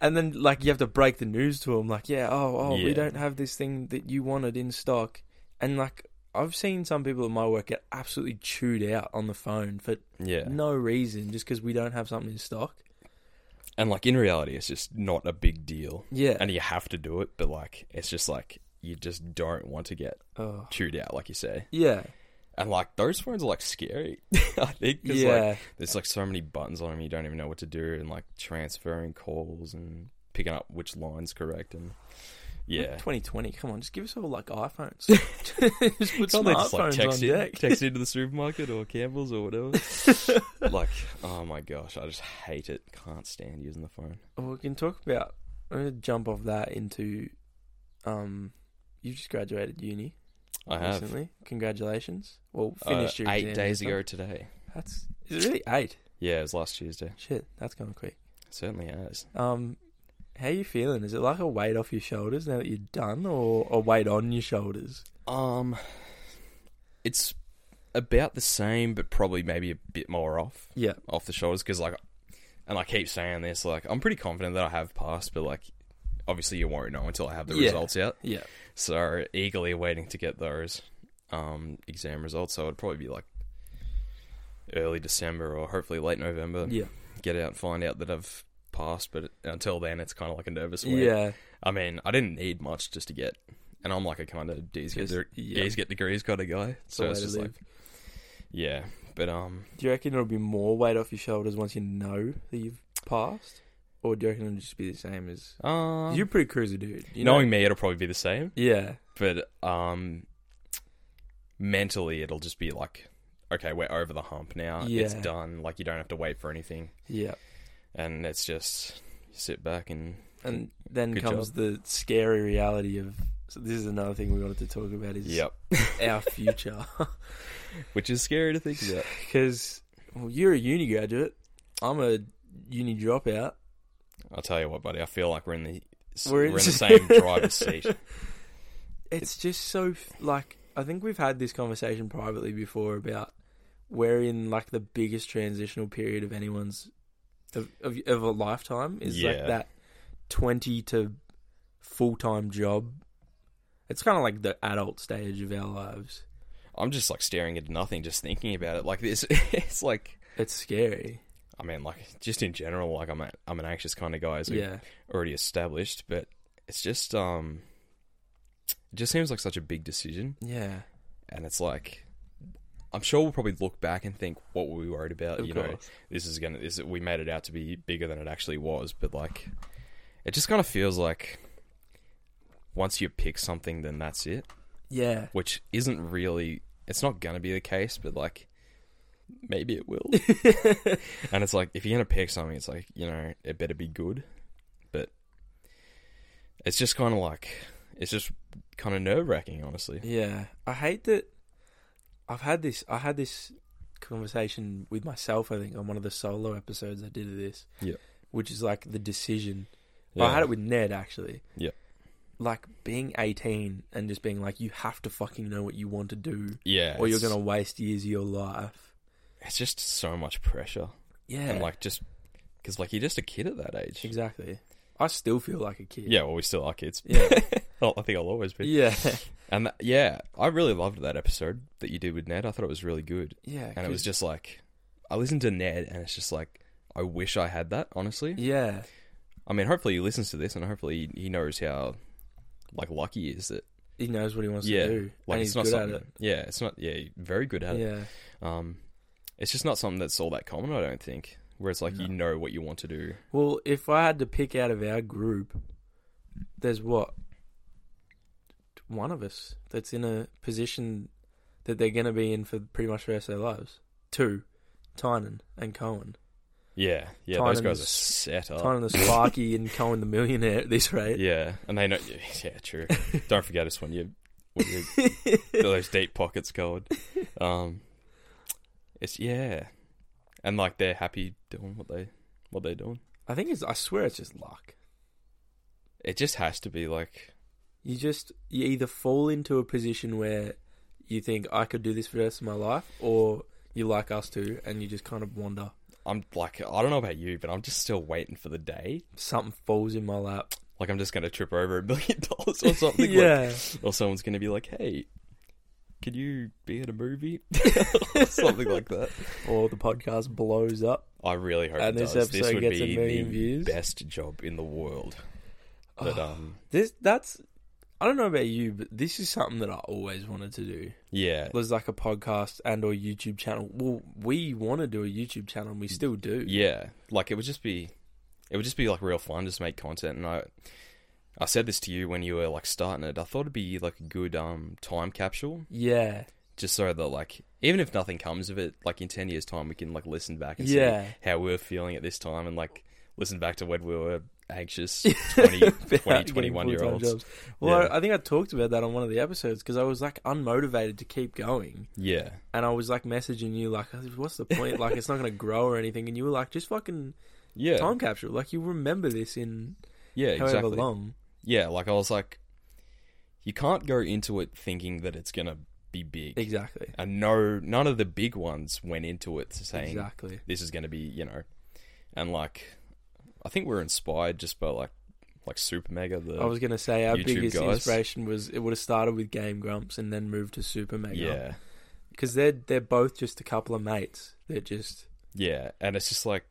S1: and then like you have to break the news to them, like, yeah, oh, oh, we
S3: Yeah.
S1: don't have this thing that you wanted in stock. And like I've seen some people at my work get absolutely chewed out on the phone for
S3: Yeah.
S1: no reason, just because we don't have something in stock.
S3: And like in reality, it's just not a big deal.
S1: Yeah,
S3: And you have to do it, but like it's just like you just don't want to get
S1: Oh.
S3: chewed out, like you say.
S1: Yeah.
S3: And like those phones are like scary. I think 'cause,
S1: Yeah.
S3: like, there's like so many buttons on them you don't even know what to do, and like transferring calls and picking up which line's correct and yeah.
S1: 2020. Come on, just give us all like iPhones. just put
S3: Can't they just like
S1: smartphones
S3: text
S1: on
S3: you,
S1: deck.
S3: text you to the supermarket or Campbell's or whatever? like, oh my gosh, I just hate it. Can't stand using the phone.
S1: Well, we can talk about. I'm going to jump off that into. Um, you just graduated uni.
S3: I have.
S1: recently. Congratulations. Well,
S3: Uh,
S1: finished your
S3: eight
S1: exams
S3: days
S1: and
S3: ago today.
S1: stuff. That's is it really eight?
S3: Yeah, it was last Tuesday.
S1: Shit, that's going quick.
S3: certainly has.
S1: Um, how you feeling? Is it like a weight off your shoulders now that you're done, or a weight on your shoulders?
S3: Um, it's about the same, but probably maybe a bit more off
S1: Yeah,
S3: off the shoulders because like, and I keep saying this, like I'm pretty confident that I have passed, but like, obviously you won't know until I have the
S1: Yeah.
S3: results out.
S1: yeah,
S3: So eagerly waiting to get those um exam results. So it'd probably be like early December or hopefully late November.
S1: yeah,
S3: Get out and find out that I've passed, but until then it's kind of like a nervous wait.
S1: yeah.
S3: I mean, I didn't need much just to get, and I'm like a kind of D's get,
S1: Just-
S3: de-
S1: yeah.
S3: D's get degrees kind of guy.
S1: the
S3: So
S1: way
S3: it's
S1: to
S3: just like,
S1: live.
S3: yeah. But um,
S1: Do you reckon it'll be more weight off your shoulders once you know that you've passed, or do you reckon it'll just be the same as?
S3: um,
S1: you're a pretty cruiser, dude. You know?
S3: knowing me, it'll probably be the same.
S1: Yeah,
S3: But um, mentally, it'll just be like, okay, we're over the hump now. It's
S1: Yeah.
S3: done. Like you don't have to wait for anything,
S1: yeah.
S3: and it's just sit back and
S1: And then
S3: Good
S1: comes
S3: job.
S1: the scary reality of. So this is another thing we wanted to talk about is our future.
S3: which is scary to think about.
S1: Because well, you're a uni graduate. I'm a uni dropout.
S3: I'll tell you what, buddy. I feel like we're in the
S1: We're
S3: we're
S1: in-
S3: in the same driver's seat.
S1: It's just so like I think we've had this conversation privately before about we're in like the biggest transitional period of anyone's of of, of a lifetime is like
S3: Yeah.
S1: that twenty to full time job. It's kind of like the adult stage of our lives.
S3: I'm just like staring at nothing, just thinking about it. Like this, it's like
S1: It's scary.
S3: I mean, like just in general, like I'm a, I'm an anxious kind of guy, as we've
S1: Yeah,
S3: already established. But it's just um, it just seems like such a big decision,
S1: yeah.
S3: and it's like I'm sure we'll probably look back and think, what were we worried about?
S1: Of
S3: Uh, you know,
S1: course.
S3: this is gonna this we made it out to be bigger than it actually was, but like it just kind of feels like once you pick something, then that's it
S1: Yeah,
S3: which isn't really it's not going to be the case but like maybe it will and it's like if you're going to pick something it's like you know it better be good but it's just kind of like it's just kind of nerve-wracking honestly
S1: Yeah, I hate that. I've had this. I had this conversation with myself. I think on one of the solo episodes I did of this.
S3: Yeah.
S1: which is like the decision. I had it with Ned actually.
S3: Yeah.
S1: like being eighteen and just being like, you have to fucking know what you want to do,
S3: yeah
S1: or you're
S3: it's-
S1: gonna waste years of your life.
S3: it's just so much pressure
S1: Yeah,
S3: and like just because like you're just a kid at that age
S1: exactly. I still feel like a kid.
S3: yeah well we still are kids
S1: yeah,
S3: Oh, i think i'll always be
S1: yeah,
S3: and that, yeah i really loved that episode that you did with ned i thought it was really good
S1: yeah.
S3: and it was
S1: 'cause-
S3: just like I listened to Ned, and it's just like I wish I had that. Honestly,
S1: yeah,
S3: I mean, hopefully he listens to this, and hopefully he he knows how like lucky he is that
S1: he knows what he wants
S3: yeah,
S1: to do,
S3: like
S1: and
S3: it's
S1: he's
S3: not
S1: good at
S3: something.
S1: it.
S3: Yeah, it's not. Yeah, very good at it.
S1: Yeah,
S3: Um, it's just not something that's all that common. I don't think. Where it's like you know what you want to do.
S1: Well, if I had to pick out of our group, there's what one of us that's in a position that they're going to be in for pretty much the rest of their lives. Two, Tynan and Cohen.
S3: Yeah, yeah. those guys are
S1: Tynan's-
S3: set up.
S1: Tynan the Sparky and Cohen the Millionaire at this rate.
S3: Yeah, and they know. Yeah, true. Don't forget us when you when you got those deep pockets going. Um, it's yeah, and like they're happy doing what they what they're doing.
S1: I think it's. I swear it's just luck.
S3: It just has to be like
S1: You just you either fall into a position where you think I could do this for the rest of my life, or you like us too, and you just kind of wander.
S3: I'm like I don't know about you, but I'm just still waiting for the day.
S1: Something falls in my lap.
S3: Like I'm just gonna trip over a million dollars or something. like-
S1: yeah.
S3: or someone's gonna be like, hey. Could you be in a movie or something like that?
S1: or the podcast blows up.
S3: I really hope
S1: And
S3: it
S1: this
S3: does. This
S1: episode
S3: would
S1: gets a
S3: be
S1: million
S3: the
S1: views. Oh.
S3: best job in the world. But um,
S1: This that's I don't know about you, but this is something that I always wanted to do.
S3: Yeah.
S1: Was like a podcast and or YouTube channel. Well, we want to do a YouTube channel, and we still do.
S3: Yeah, like it would just be, it would just be like real fun, just make content. And I, I said this to you when you were like starting it. I thought it'd be like a good um time capsule,
S1: Yeah,
S3: just so that like even if nothing comes of it, like in ten years' time, we can like listen back and see
S1: Yeah.
S3: how we were feeling at this time, and like listen back to when we were anxious 20, 20
S1: Getting
S3: 21 year
S1: full-time
S3: olds.
S1: jobs. Well,
S3: Yeah.
S1: I, I think I talked about that on one of the episodes because I was like unmotivated to keep going,
S3: Yeah,
S1: and I was like messaging you like, "Oh, "What's the point? like, it's not going to grow or anything." And you were like, "Just fucking
S3: yeah,
S1: time capsule. Like, you remember this in
S3: yeah,
S1: however
S3: exactly.
S1: long."
S3: Yeah, like I was like, you can't go into it thinking that it's gonna be big.
S1: Exactly.
S3: and no none of the big ones went into it saying
S1: Exactly.
S3: this is going to be you know and like i think we are inspired just by like like super mega the
S1: I was gonna say our
S3: YouTube
S1: biggest
S3: guys.
S1: inspiration was it would have started with Game Grumps and then moved to Super Mega.
S3: yeah
S1: because they're they're both just a couple of mates. They're just
S3: yeah and it's just like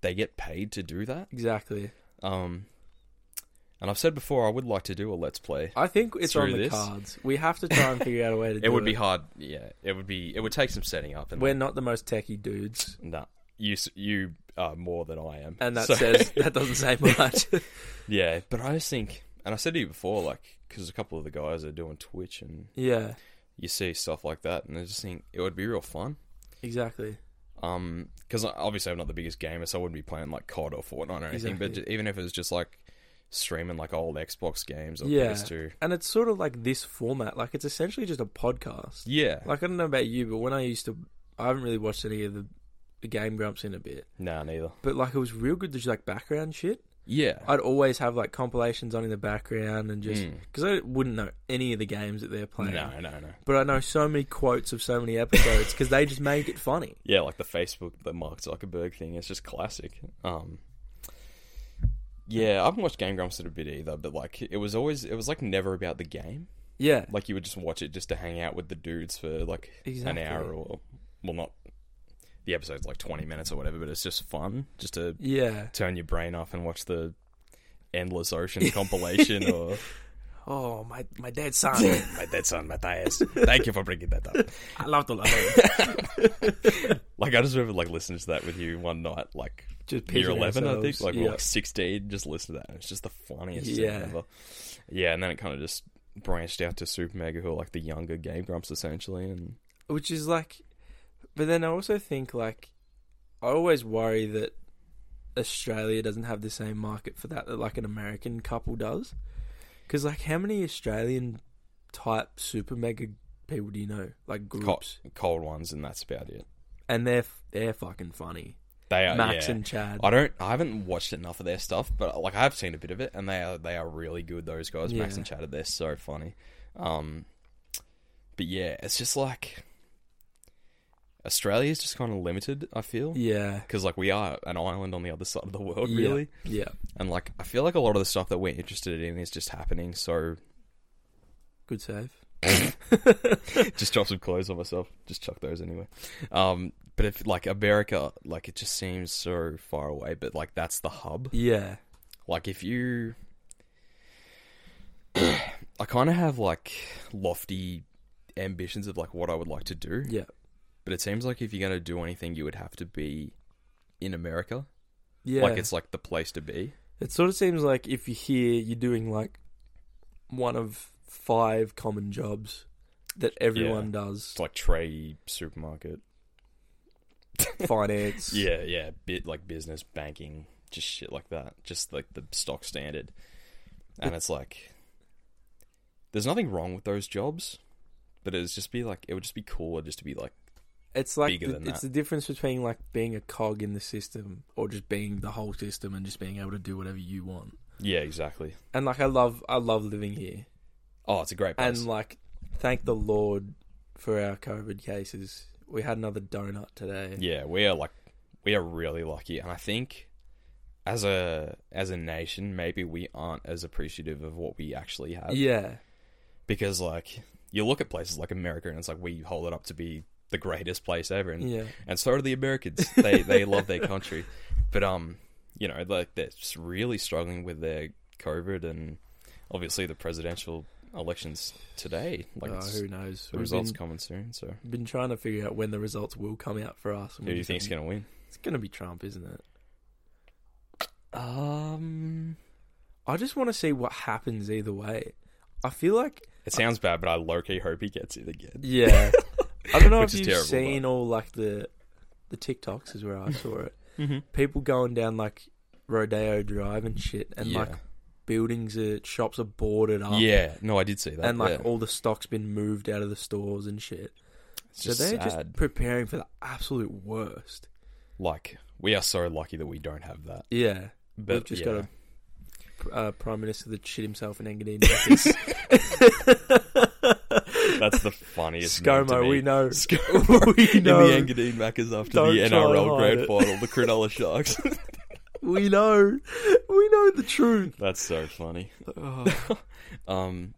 S3: they get paid to do that
S1: exactly.
S3: um and i've said before i would like to do a let's play
S1: I think it's
S3: Through
S1: on the
S3: this.
S1: cards. We have to try and figure out a way to. do
S3: it would be hard yeah it would be it would take some setting up and
S1: We're not the most techie dudes,
S3: nah you s- you are more than i am
S1: and that
S3: So-
S1: says that doesn't say much.
S3: yeah but i just think and i said to you before like because a couple of the guys are doing twitch and
S1: yeah,
S3: you see stuff like that, and I just think it would be real fun.
S1: exactly.
S3: Um, because obviously I'm not the biggest gamer, so I wouldn't be playing like COD or Fortnite or anything. But
S1: Exactly.
S3: ju- even if it was just like streaming like old Xbox games or
S1: Yeah.
S3: PS2,
S1: And it's sort of like this format. Like it's essentially just a podcast.
S3: yeah,
S1: Like I don't know about you, but when I used to, I haven't really watched any of the, the Game Grumps in a bit.
S3: nah, neither.
S1: But like it was real good. There's like background shit.
S3: Yeah,
S1: I'd always have like compilations on in the background and just
S3: Mm.
S1: because I wouldn't know any of the games that they're playing.
S3: no, no, no.
S1: But I know so many quotes of so many episodes because they just make it funny.
S3: Yeah, like the Facebook, the Mark Zuckerberg thing. It's just classic. Um, yeah, I haven't watched Game Grumps in a bit either, but like it was always, it was like never about the game.
S1: Yeah,
S3: like you would just watch it just to hang out with the dudes for like
S1: Exactly.
S3: an hour or well not the episode's like 20 minutes or whatever but it's just fun just to
S1: yeah.
S3: turn your brain off and watch the endless ocean compilation or
S1: Oh my, my dead son.
S3: my dead son matthias thank you for bringing that up
S1: I love the love.
S3: like i just remember like listening to that with you one night like
S1: Just
S3: year
S1: picturing
S3: 11 i think
S1: ourselves.
S3: like we
S1: yeah.
S3: we're like 16 just listen to that and it's just the funniest
S1: Yeah.
S3: thing ever yeah and then it kind of just branched out to super mega who are like the younger game grumps essentially and
S1: which is like, but then I also think like, I always worry that Australia doesn't have the same market for that that like an American couple does, because like how many Australian type super mega people do you know like groups?
S3: co- cold ones and that's about it
S1: and they're they're fucking funny.
S3: They are
S1: Max
S3: yeah.
S1: and Chad.
S3: I don't. I haven't watched enough of their stuff, but like I've seen a bit of it, and they are they are really good. Those guys, Max
S1: Yeah.
S3: and Chad, they're so funny. Um, but yeah, it's just like Australia's just kind of limited. I feel
S1: yeah,
S3: because like we are an island on the other side of the world,
S1: Yeah.
S3: really,
S1: yeah.
S3: and like I feel like a lot of the stuff that we're interested in is just happening. So
S1: Good save.
S3: just drop some clothes on myself. Just chuck those anyway. Um, but if like America, like it just seems so far away, but like that's the hub.
S1: Yeah,
S3: Like if you I kind of have like lofty ambitions of like what I would like to do,
S1: yeah,
S3: but it seems like if you're going to do anything you would have to be in America.
S1: yeah.
S3: Like it's like the place to be.
S1: it sort of seems like if you're here, you're doing like one of five common jobs that everyone does:
S3: It's like trade, supermarket.
S1: finance.
S3: Yeah, yeah, bit like business, banking, just shit like that. Just like the stock standard. And it's like there's nothing wrong with those jobs, but it would just be like it would just be cooler just to be like
S1: it's like
S3: Bigger
S1: the,
S3: than
S1: it's
S3: that.
S1: the difference between like being a cog in the system or just being the whole system and just being able to do whatever you want.
S3: yeah, exactly.
S1: And like I love, I love living here,
S3: Oh, it's a great place.
S1: and like thank the Lord for our COVID cases. We had another donut today.
S3: Yeah, we are like we are really lucky, and I think as a as a nation, maybe we aren't as appreciative of what we actually have
S1: yeah.
S3: because like you look at places like America, and it's like we hold it up to be the greatest place ever, and
S1: Yeah.
S3: and so do the Americans. They they love their country, but um, you know, like they're just really struggling with their COVID, and Obviously, the presidential elections today. Like,
S1: Oh,
S3: it's-
S1: who knows?
S3: the
S1: We've
S3: results
S1: been,
S3: coming soon. So,
S1: been trying to figure out when the results will come out for us. and
S3: who
S1: we
S3: do you
S1: just
S3: think's
S1: haven't-
S3: going to win?
S1: It's going to be Trump, isn't it?
S3: Um,
S1: I just want to see what happens either way. I feel like
S3: it sounds bad, but I low key hope he gets it again.
S1: yeah. I don't know
S3: Which
S1: if
S3: is
S1: you've
S3: terrible, but-
S1: seen all like the the TikToks is where I saw it.
S3: Mm-hmm.
S1: People going down like Rodeo Drive and shit, and
S3: yeah.
S1: like buildings are shops are boarded up.
S3: yeah, no, I did see that.
S1: And oh, like
S3: yeah.
S1: all the stock's been moved out of the stores and shit.
S3: it's
S1: So
S3: just
S1: they're
S3: sad.
S1: just preparing for the absolute worst.
S3: like we are so lucky that we don't have that.
S1: Yeah.
S3: But
S1: We've just
S3: yeah.
S1: got a pr- uh, prime minister that shit himself in Engadine. That's
S3: That's the funniest. meme to
S1: ScoMo,
S3: me.
S1: we know.
S3: ScoMo
S1: We know.
S3: in the Engadine Maccas after
S1: Don't
S3: the
S1: try and
S3: NRL
S1: hide
S3: Grand
S1: it.
S3: Final, the Cronulla Sharks.
S1: We know. We know the truth. Oh,
S3: That's so funny. Um,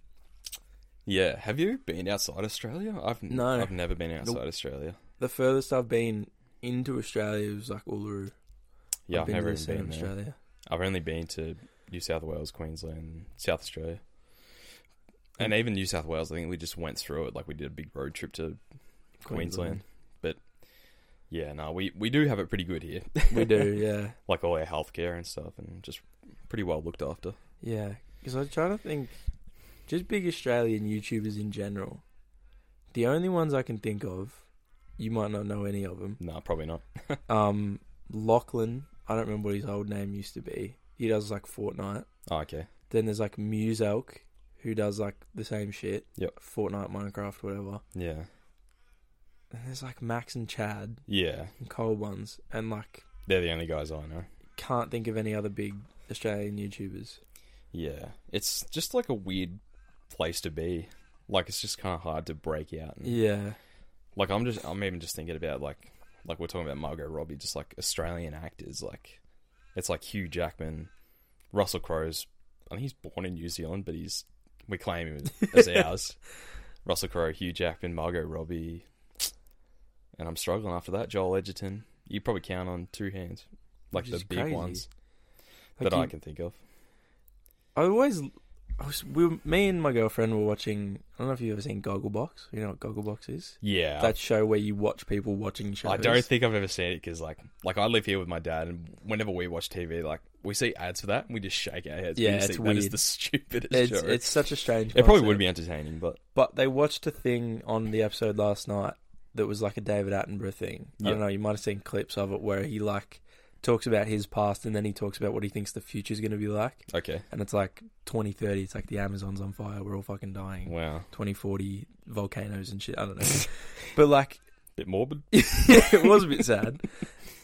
S3: yeah. Have you been outside Australia? I've
S1: No.
S3: I've never been outside Australia.
S1: the furthest I've been into Australia was like Uluru.
S3: Yeah, I've,
S1: been to
S3: never
S1: the
S3: even
S1: sea in
S3: been there.
S1: Australia.
S3: I've only been to New South Wales, Queensland, South Australia. And even New South Wales, I think we just went through it. Like we did a big road trip to Queensland. But yeah, no, we, we do have it pretty good here.
S1: we do, yeah,
S3: Like all our healthcare and stuff and just pretty well looked after.
S1: yeah. Because I'm trying to think, just big Australian YouTubers in general. The only ones I can think of, you might not know any of them.
S3: No, probably not.
S1: Um, Lachlan, I don't remember what his old name used to be. He does like Fortnite.
S3: Oh, okay.
S1: Then there's like Muselk, who does like the same shit.
S3: Yep.
S1: Fortnite, Minecraft, whatever.
S3: Yeah.
S1: And there's like Max and Chad
S3: Yeah.
S1: and Cole ones, and like
S3: They're the only guys I know.
S1: can't think of any other big Australian YouTubers.
S3: Yeah. It's just like a weird place to be. Like it's just kind of hard to break out and
S1: Yeah,
S3: like I'm just I'm even just thinking about like like we're talking about Margot Robbie, just like Australian actors, like it's like Hugh Jackman, Russell Crowe's. I think he's born in New Zealand, but he's we claim him as ours. Russell Crowe, Hugh Jackman, Margot Robbie, and I'm struggling after that. Joel Edgerton, you probably count on two hands, like
S1: Which
S3: the
S1: is
S3: big
S1: crazy.
S3: ones
S1: Like
S3: that I
S1: you-
S3: can think of.
S1: I always, I was, we, were- me and my girlfriend were watching. I don't know if you've ever seen Gogglebox. You know what Gogglebox is?
S3: Yeah,
S1: That show where you watch people watching shows.
S3: I don't think I've ever seen it because, like, like I live here with my dad, and whenever we watch TV, like we see ads for that, and we just shake our heads. We
S1: Yeah,
S3: just
S1: it's
S3: think that is
S1: weird.
S3: the stupidest
S1: it's
S3: show.
S1: it's such a strange.
S3: it probably
S1: concept.
S3: would be entertaining, but
S1: But they watched a thing on the episode last night that was like a David Attenborough thing. I
S3: Yeah.
S1: don't know. You might have seen clips of it where he like talks about his past and then he talks about what he thinks the future's going to be like.
S3: okay.
S1: And it's like 2030. It's like the Amazon's on fire. We're all fucking dying.
S3: Wow,
S1: 2040 volcanoes and shit. I don't know, but like
S3: bit morbid.
S1: it was a bit sad.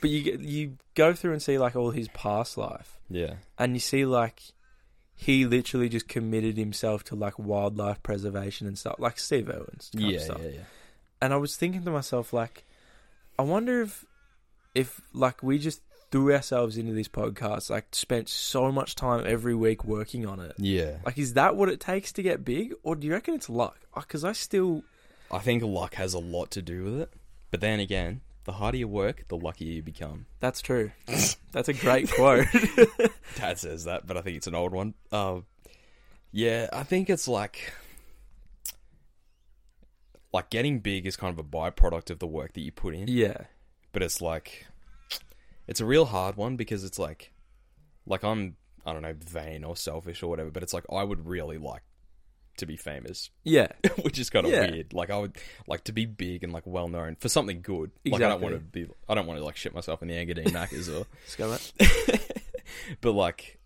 S1: But you get- you go through and see like all his past life,
S3: Yeah,
S1: and you see like he literally just committed himself to like wildlife preservation and stuff, like Steve Irwin's kind
S3: yeah,
S1: of stuff.
S3: yeah, yeah.
S1: And I was thinking to myself like, I wonder if if like we just threw ourselves into this podcast, like spent so much time every week working on it.
S3: Yeah,
S1: Like, is that what it takes to get big, or do you reckon it's luck? Because I still
S3: I think luck has a lot to do with it. But then again, the harder you work, the luckier you become.
S1: That's true. That's a great quote.
S3: Dad says that, but I think it's an old one. Uh, yeah, I think it's like like getting big is kind of a byproduct of the work that you put in.
S1: yeah.
S3: but it's like it's a real hard one because it's like like I'm I don't know vain or selfish or whatever, but it's like I would really like to be famous,
S1: Yeah.
S3: which is kind of
S1: Yeah.
S3: weird. Like I would like to be big and like well known for something good. Like I don't want to be I don't want to like shit myself in the Engadine Maccas or
S1: Scummit.
S3: but like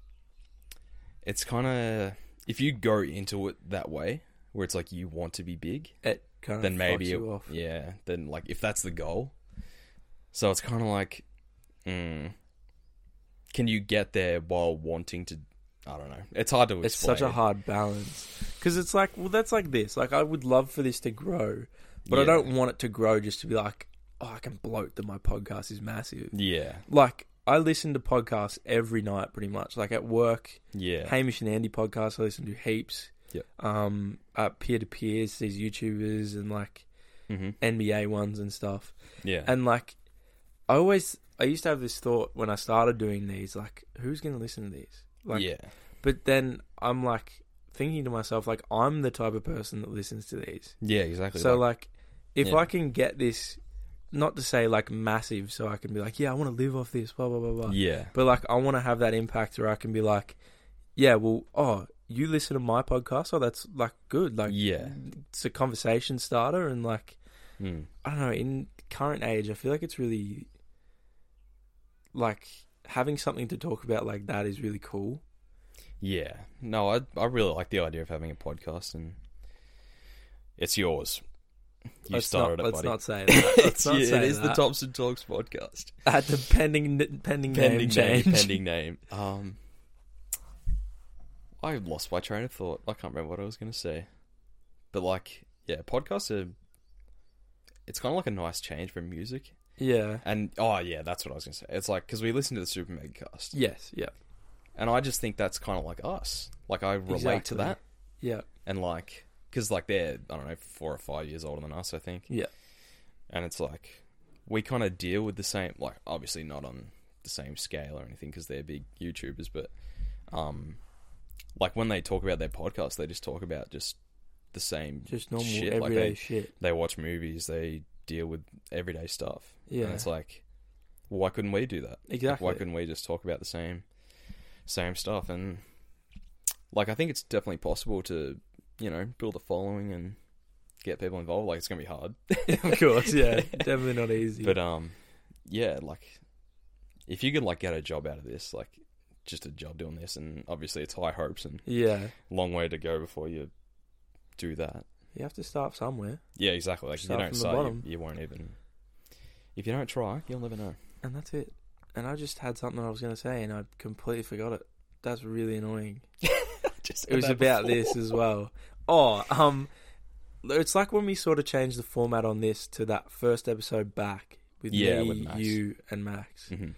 S3: it's kind of if you go into it that way where it's like you want to be big
S1: It kind of
S3: then maybe
S1: you
S3: it-
S1: off.
S3: yeah then like if that's the goal so it's kind of like mm, can you get there while wanting to i don't know it's hard to explain
S1: It's such a hard balance because it's like, well, that's like this. Like, I would love for this to grow, but I
S3: Yeah.
S1: don't want it to grow just to be like, oh, I can bloat that my podcast is massive.
S3: yeah
S1: Like, I listen to podcasts every night, pretty much. Like at work,
S3: yeah
S1: Hamish and Andy podcast, I listen to heaps.
S3: Yep.
S1: Um, at peer to peers, these YouTubers and like
S3: hmm
S1: NBA ones and stuff.
S3: yeah
S1: And like, I always, I used to have this thought when I started doing these, like, who's going to listen to these? Like,
S3: yeah
S1: But then I'm like, thinking to myself, like, I'm the type of person that listens to these.
S3: Yeah, exactly.
S1: So
S3: like,
S1: like, if
S3: Yeah.
S1: I can get this, not to say like massive, so I can be like, yeah, I want to live off this, blah blah blah blah.
S3: yeah,
S1: But like, I want to have that impact where I can be like, yeah, well, oh, you listen to my podcast, oh, that's like good, like
S3: Yeah.
S1: it's a conversation starter, and like,
S3: Mm.
S1: I don't know, in current age, I feel like it's really like having something to talk about like that is really cool.
S3: yeah. No, I I really like the idea of having a podcast, and it's yours. You
S1: let's
S3: started
S1: not,
S3: it,
S1: let's
S3: buddy.
S1: not say that. Let's
S3: It's-
S1: not say
S3: it is the
S1: that.
S3: Thompson Talks podcast.
S1: at the pending pending, name
S3: pending name,
S1: change.
S3: pending name. Um, I lost my train of thought. I can't remember what I was going to say, but like, yeah, podcasts are. It's kind of like a nice change from music,
S1: Yeah.
S3: and oh yeah, that's what I was going to say. It's like because we listen to the Super Megacast,
S1: Yes. Yeah.
S3: and I just think that's kind of like us. Like I relate to
S1: Exactly.
S3: that,
S1: Yeah.
S3: and like because like they're I don't know four or five years older than us, I think.
S1: Yeah.
S3: and it's like we kind of deal with the same like obviously not on the same scale or anything because they're big youtubers but um like when they talk about their podcast they just talk about just the same
S1: Just normal
S3: shit like eh?
S1: everyday
S3: they,
S1: shit.
S3: they watch movies they deal with everyday stuff
S1: Yeah.
S3: and it's like why couldn't we do that Like,
S1: Exactly.
S3: why couldn't we just talk about the same same stuff and like i think it's definitely possible to you know build a following and get people involved like it's gonna be hard
S1: of course. Yeah. Definitely not easy.
S3: but um, yeah, like if you could like get a job out of this, like just a job doing this, and obviously it's high hopes and
S1: yeah,
S3: long way to go before you do that.
S1: you have to start somewhere,
S3: Yeah, exactly. Like if you
S1: Start
S3: don't
S1: from the
S3: start, you,
S1: bottom.
S3: you won't even. If you don't try, you'll never know.
S1: and that's it. And I just had something I was going to say, and I completely forgot it. That's really annoying.
S3: Just
S1: It was about this as well. Oh, um, it's like when we sort of changed the format on this to that first episode back with
S3: Yeah,
S1: me,
S3: with Max.
S1: you, and Max.
S3: hmm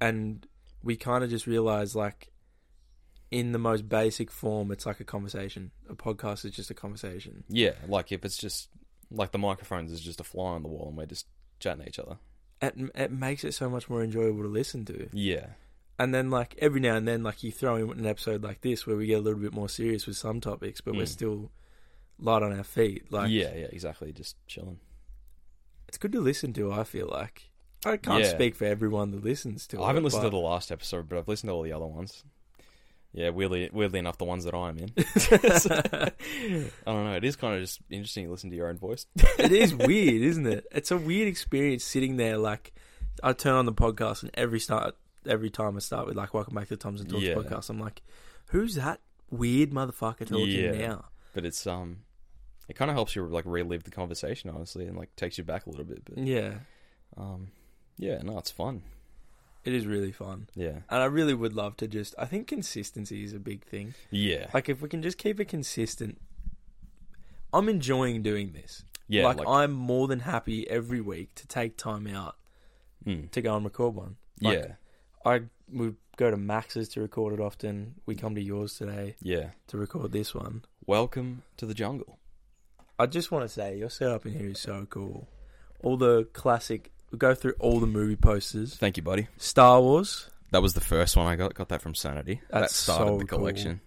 S1: and we kind of just realized like in the most basic form it's like a conversation a podcast is just a conversation
S3: Yeah, like if it's just like the microphones is just a fly on the wall, and we're just chatting to each other.
S1: it, it makes it so much more enjoyable to listen to
S3: Yeah,
S1: and then like every now and then like you throw in an episode like this where we get a little bit more serious with some topics but we're
S3: Mm.
S1: still light on our feet like
S3: yeah, yeah, exactly. Just chilling.
S1: it's good to listen to i feel like i can't
S3: Yeah.
S1: speak for everyone that listens to it
S3: I haven't listened to the
S1: but-
S3: last episode, but I've listened to all the other ones. Yeah, weirdly, weirdly enough, the ones that I'm in. I don't know. It is kind of just interesting to listen to your own voice.
S1: it is weird, isn't it? It's a weird experience sitting there. Like, I turn on the podcast, and every start, every time I start with like "Welcome back to the Thompson Talks
S3: Yeah.
S1: podcast," I'm like, "Who's that weird motherfucker talking
S3: Yeah.
S1: now?"
S3: But it's um, it kind of helps you like relive the conversation, honestly, and like takes you back a little bit. But
S1: Yeah,
S3: um, yeah, no, it's fun.
S1: it is really fun,
S3: Yeah,
S1: and I really would love to just. I think consistency is a big thing.
S3: yeah,
S1: Like, if we can just keep it consistent, I'm enjoying doing this.
S3: yeah.
S1: like, I'm more than happy every week to take time out
S3: mm,
S1: to go and record one. Like,
S3: yeah,
S1: I we go to Max's to record it often. We come to yours today
S3: yeah.
S1: to record this one.
S3: Welcome to the jungle.
S1: I just want to say your setup in here is so cool. All the classic. We go through all the movie posters.
S3: Thank you, buddy.
S1: Star Wars,
S3: That was the first one I got. Got that from Sanity. that
S1: That's
S3: started
S1: so
S3: the collection.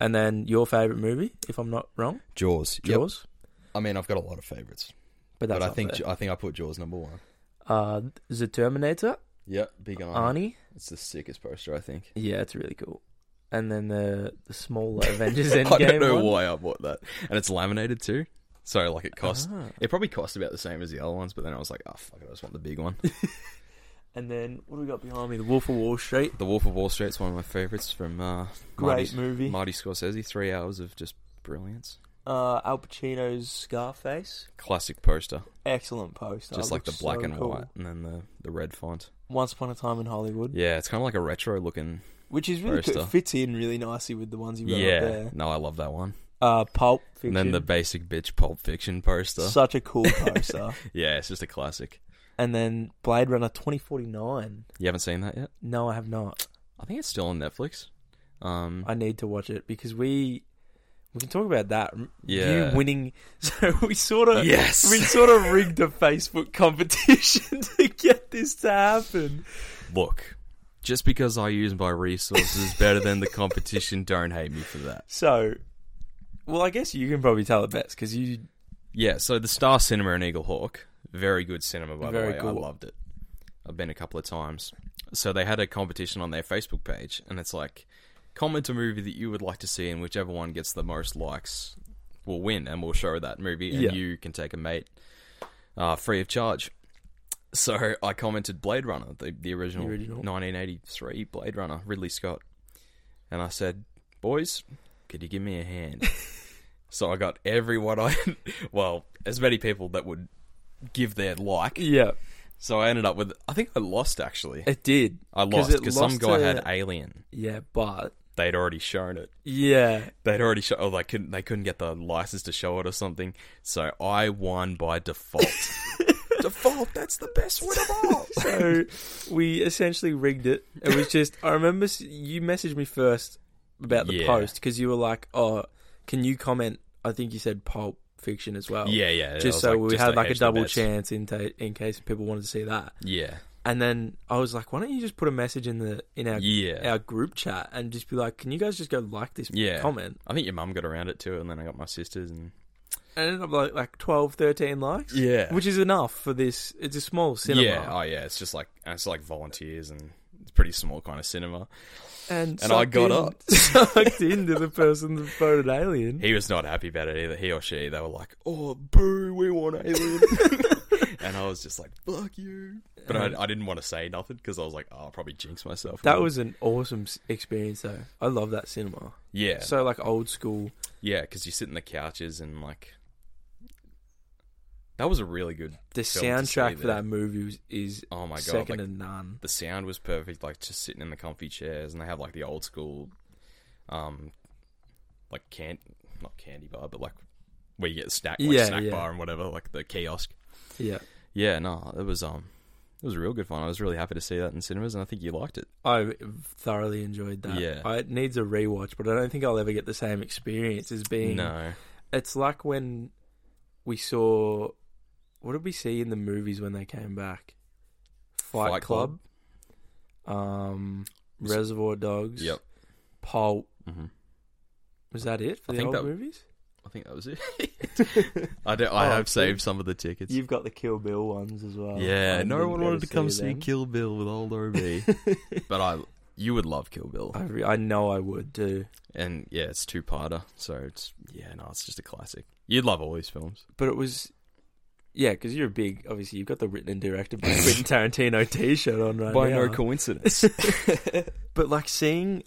S1: and then your favorite movie, if I'm not wrong,
S3: Jaws. Yep.
S1: Jaws.
S3: I mean, I've got a lot of favorites,
S1: But that's
S3: but I
S1: up
S3: think
S1: there.
S3: I think I put Jaws number one.
S1: uh, the Terminator,
S3: Yep, big Arnie.
S1: Arnie.
S3: It's the sickest poster, I think.
S1: Yeah, it's really cool. And then the the smaller Avengers
S3: I
S1: Endgame.
S3: don't know
S1: one.
S3: why I bought that, and it's laminated too. So like it cost.
S1: Ah.
S3: It probably cost about the same as the other ones, but then I was like, oh fuck it, I just want the big one.
S1: And then what do we got behind me? The Wolf of Wall Street.
S3: the Wolf of Wall Street's one of my favorites from uh, Marty,
S1: Great movie.
S3: Marty Scorsese. Three hours of just brilliance.
S1: uh, Al Pacino's Scarface.
S3: Classic poster,
S1: Excellent poster.
S3: just like the
S1: Looks
S3: black
S1: so
S3: and
S1: cool.
S3: white, and then the the red font.
S1: Once Upon a Time in Hollywood,
S3: Yeah, it's kind of like a retro looking.
S1: which is really cool.
S3: Poster.
S1: It fits in really nicely with the ones you got
S3: yeah,
S1: up there.
S3: no, I love that one.
S1: Uh, Pulp Fiction.
S3: And then the basic bitch Pulp Fiction poster.
S1: such a cool poster.
S3: yeah, it's just a classic.
S1: and then Blade Runner 2049.
S3: You haven't seen that yet?
S1: No, I have not.
S3: I think it's still on Netflix. Um,
S1: I need to watch it because we we can talk about that.
S3: Yeah.
S1: you winning. So we sort of
S3: yes.
S1: we sort of rigged a Facebook competition to get this to happen.
S3: Look, just because I use my resources better than the competition, don't hate me for that.
S1: So Well, I guess you can probably tell it best because you.
S3: Yeah, so the Star Cinema in Eagle Hawk, very good cinema by
S1: Very
S3: the way. I
S1: cool.
S3: loved it. I've been a couple of times. So they had a competition on their Facebook page, and it's like comment a movie that you would like to see, and whichever one gets the most likes will win, and we'll show that movie, and
S1: Yeah.
S3: you can take a mate uh, free of charge. So I commented Blade Runner, the, the original,
S1: The original.
S3: 1983 Blade Runner, Ridley Scott. And I said, Boys, could you give me a hand? so I got everyone I, well, as many people that would give their like.
S1: Yeah,
S3: So I ended up with, I think I lost actually.
S1: it did.
S3: I lost
S1: it
S3: because some
S1: lost
S3: guy
S1: to-
S3: had Alien.
S1: Yeah, but
S3: They'd already shown it.
S1: yeah,
S3: They'd already shown. Oh, they couldn't. They couldn't get the license to show it or something. So I won by default. default. That's the best win of all.
S1: so we essentially rigged it. It was just I remember s- you messaged me first about the
S3: Yeah.
S1: post because you were like, "Oh, can you comment?" I think you said Pulp Fiction as well.
S3: Yeah, yeah. I
S1: Just
S3: was
S1: so we
S3: just
S1: had
S3: to
S1: like a
S3: hedge the
S1: double
S3: bets.
S1: chance in, ta in case people wanted to see that.
S3: Yeah,
S1: And then I was like, why don't you just put a message in the in our
S3: yeah.
S1: our group chat and just be like, can you guys just go like this
S3: Yeah.
S1: comment?
S3: I think your mum got around it too, and then I got my sisters and
S1: And it ended up like like 12, 13 likes.
S3: yeah,
S1: Which is enough for this. It's a small cinema.
S3: yeah. Oh yeah, it's just like and it's like volunteers and it's pretty small kind of cinema.
S1: and
S3: And I
S1: sucked
S3: got
S1: in-
S3: up.
S1: sucked into the person that voted Alien.
S3: He was not happy about it either. He or she, they were like, "Oh, boo, we want Alien," and I was just like, "Fuck you!" But
S1: Um,
S3: I, I didn't want to say nothing because I was like, "Oh, I'll probably jinx myself."
S1: That was an awesome s- experience, though. I love that cinema.
S3: yeah,
S1: So like old school.
S3: yeah, because you sit in the couches and like. That was a really good.
S1: The
S3: Film to see
S1: soundtrack for
S3: there.
S1: that movie was, is
S3: Oh my god!
S1: second to
S3: like,
S1: none.
S3: the sound was perfect like just sitting in the comfy chairs and they have like the old school um like can not candy bar but like where you get a snack like
S1: Yeah,
S3: snack
S1: yeah.
S3: bar and whatever like the kiosk
S1: Yeah,
S3: yeah no it was um it was real good fun i was really happy to see that in cinemas and i think you liked it
S1: I thoroughly enjoyed that.
S3: Yeah.
S1: I, it needs a rewatch, but I don't think I'll ever get the same experience as being
S3: no
S1: it's like when we saw what did we see in the movies when they came back? Fight,
S3: Fight
S1: Club, um, Reservoir Dogs,
S3: yep
S1: Pulp.
S3: hmm
S1: Was that it for
S3: I
S1: the
S3: think
S1: old
S3: that-
S1: movies?
S3: i think that was it i do i
S1: Oh,
S3: have saved
S1: dude.
S3: some of the tickets
S1: You've got the Kill Bill ones as well.
S3: yeah no one wanted to come see
S1: Kill.
S3: kill bill with old ob but i you would love kill bill
S1: I, re- I know I would too,
S3: and yeah, it's two parter, so it's yeah, no, it's just a classic. You'd love all these films.
S1: but it was. Yeah, because you're a big. Obviously, you've got the written and directed by Quentin Tarantino T-shirt on right now.
S3: coincidence.
S1: but like seeing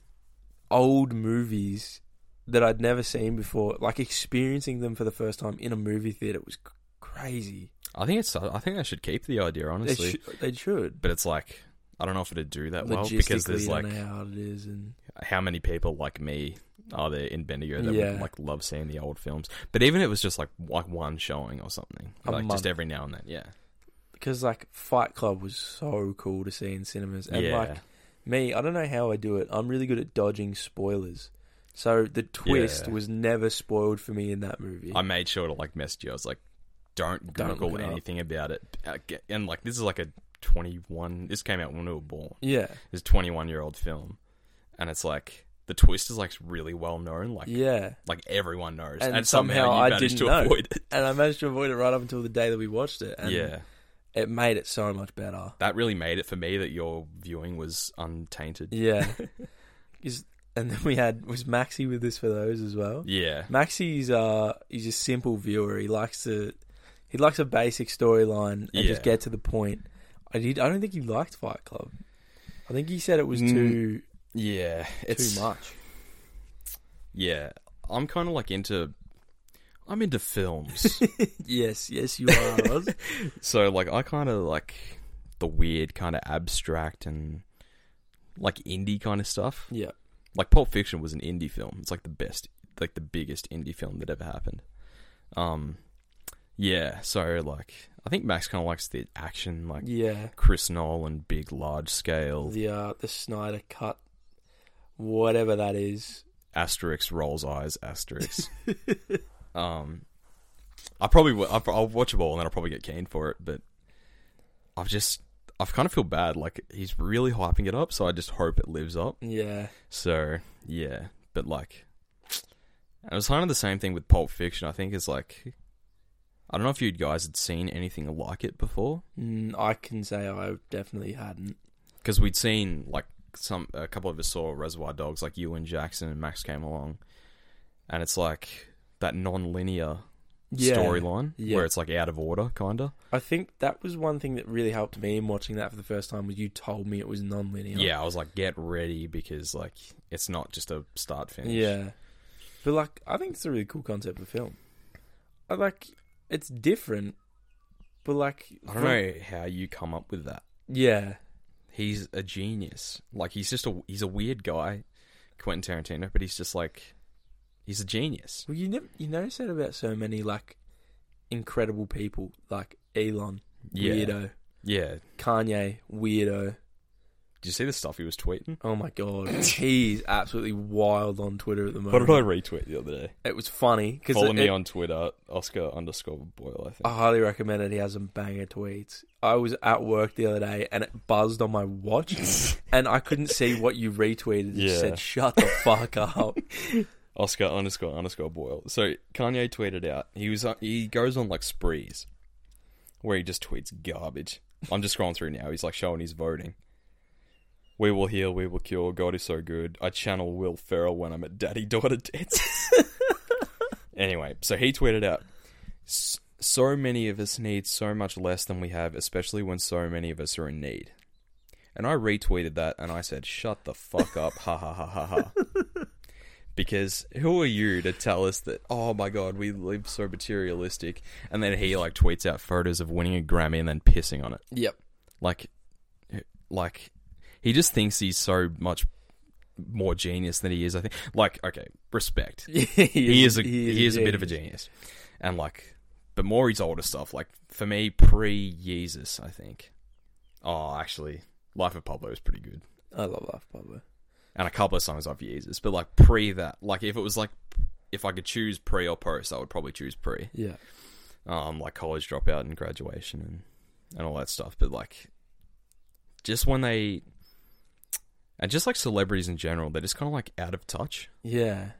S1: old movies that I'd never seen before, like experiencing them for the first time in a movie theater was c- crazy.
S3: I think it's. I think I should keep the idea
S1: They,
S3: honestly,
S1: sh- they should.
S3: but it's like I don't know if it'd do that well because there's
S1: Logistically, I
S3: like
S1: don't know how it is, and
S3: how many people like me are there in Bendigo that
S1: Yeah.
S3: would like love seeing the old films. But even if it was just like like one showing or something,
S1: A
S3: like
S1: month.
S3: just every now and then, yeah,
S1: because like Fight Club was so cool to see in cinemas, and
S3: yeah,
S1: like me, I don't know how I do it. I'm really good at dodging spoilers. So the twist
S3: Yeah.
S1: was never spoiled for me in that movie.
S3: I made sure to like message you. I was like, don't
S1: Don't
S3: Google
S1: look it up.
S3: anything about it, Uh, get- and like this is like a. 21 this came out when we were born
S1: yeah,
S3: this 21 year old film and it's like the twist is like really well known like
S1: yeah,
S3: like everyone knows
S1: And
S3: and, somehow,
S1: somehow
S3: you
S1: I
S3: managed to
S1: didn't know.
S3: avoid it
S1: and I managed to avoid it right up until the day that we watched it, and
S3: yeah
S1: it made it so much better.
S3: that really made it for me that your viewing was untainted
S1: Yeah. Is- and then we had was Maxi with us for those as well.
S3: yeah
S1: Maxi's uh he's a simple viewer. He likes to he likes a basic storyline and just
S3: Yeah.
S1: get to the point. I did I don't think he liked Fight Club. I think he said it was
S3: Mm,
S1: too
S3: yeah it's
S1: too much.
S3: yeah i'm kind of like into i'm into films
S1: Yes, yes you are. Oz.
S3: so like i kind of like the weird kind of abstract and like indie kind of stuff
S1: yeah.
S3: like Pulp Fiction was an indie film. It's like the best, like the biggest indie film that ever happened. Um, yeah. So like, I think Max kind of likes the action, like oh.
S1: Yeah.
S3: Chris Nolan, big, large scale.
S1: The uh the Snyder cut whatever that is.
S3: Asterix rolls eyes. Asterix. um, I probably w- I'll, I'll watch it all and then I'll probably get keen for it. But I've just I've kind of feel bad. Like he's really hyping it up, so I just hope it lives up.
S1: Yeah.
S3: So yeah, but like It was kind of the same thing with Pulp Fiction. I think is like, I don't know if you guys had seen anything like it before,
S1: Mm, I can say I definitely hadn't.
S3: because we'd seen like some a couple of us saw Reservoir Dogs, like you and Jackson and Max came along, and it's like that non-linear storyline
S1: Yeah.
S3: where it's like out of order, kinda.
S1: I think that was one thing that really helped me in watching that for the first time was you told me it was non-linear.
S3: Yeah, I was like, get ready because like it's not just a start finish.
S1: Yeah. But like I think it's a really cool concept of film. I like it's different but like
S3: I don't know how you come up with that.
S1: Yeah.
S3: He's a genius. Like he's just a he's a weird guy, Quentin Tarantino, but he's just like he's a genius.
S1: Well you never you notice that about so many like incredible people like Elon,
S3: Yeah.
S1: weirdo,
S3: Yeah. Did
S1: Kanye, weirdo.
S3: you see the stuff he was tweeting?
S1: Oh my god. He's absolutely wild on Twitter at the
S3: What
S1: moment.
S3: did I retweet the other day?
S1: It was funny because
S3: Follow me on Twitter, Oscar underscore Boyle, I think.
S1: I highly recommend it. He has some banger tweets. I was at work the other day and it buzzed on my watch, and I couldn't see what you retweeted. It just
S3: Yeah.
S1: said, "Shut the fuck up."
S3: Oscar underscore underscore Boyle. So Kanye tweeted out he was uh, he goes on like sprees where he just tweets garbage. I'm just scrolling through now. He's like showing he's voting. We will heal, we will cure. God is so good. I channel Will Ferrell when I'm at daddy daughter dances. anyway, so he tweeted out. "S- So many of us need so much less than we have, especially when so many of us are in need. And I retweeted that and I said, "Shut the fuck up!" Ha ha ha ha ha because who are you to tell us that oh my god we live so materialistic and then he like tweets out photos of winning a grammy and then pissing on it
S1: yep.
S3: like like he just thinks he's so much more genius than he is i think like okay respect
S1: he,
S3: he is a he is, a bit of a genius and like but more his older stuff like for me pre yeezus i think oh actually life of pablo is pretty good
S1: I love Life Pablo.
S3: and a couple of songs off Jesus, but like pre that, like if it was like if I could choose pre or post, I would probably choose pre.
S1: Yeah.
S3: Um, like college dropout and graduation and and all that stuff. But like, just when they and just like celebrities in general, they're just kind of like out of touch.
S1: Yeah.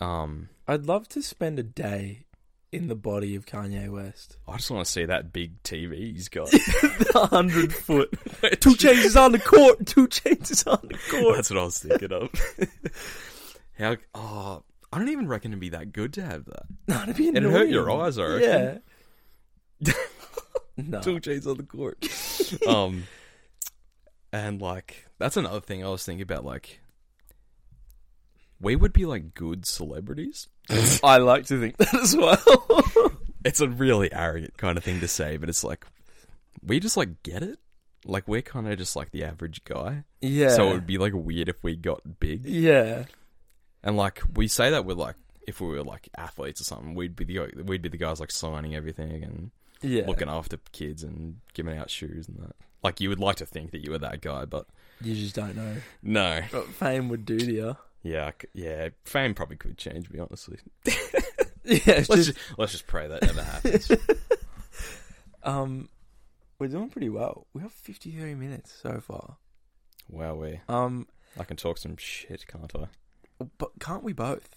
S3: Um,
S1: I'd love to spend a day in the body of Kanye West.
S3: I just want to see that big TV he's got.
S1: the hundred foot. Two chains on the court. Two chains on the court.
S3: That's what I was thinking of. How? Oh, I don't even reckon it'd be that good to have that.
S1: No, it'd be
S3: It'd
S1: annoying.
S3: hurt your eyes, I reckon.
S1: Yeah. no.
S3: Two chains on the court. Oh. um, and like that's another thing I was thinking about. Like, we would be like good celebrities.
S1: I like to think that as well.
S3: It's a really arrogant kind of thing to say, but it's like we just like get it. Like we're kind of just like the average guy,
S1: yeah.
S3: so it would be like weird if we got big.
S1: Yeah.
S3: And like we say that with like if we were like athletes or something, we'd be the we'd be the guys like signing everything and
S1: Yeah.
S3: looking after kids and giving out shoes and that. Like you would like to think that you were that guy, but
S1: You just don't know
S3: no.
S1: what fame would do to you.
S3: Yeah, I c- yeah. Fame probably could change me, honestly.
S1: Yeah, it's
S3: Let's
S1: just,
S3: just, let's just pray that never happens.
S1: um, we're doing pretty well. We have fifty three minutes so far.
S3: Wowee.
S1: Um,
S3: I can talk some shit, can't I?
S1: but can't we both?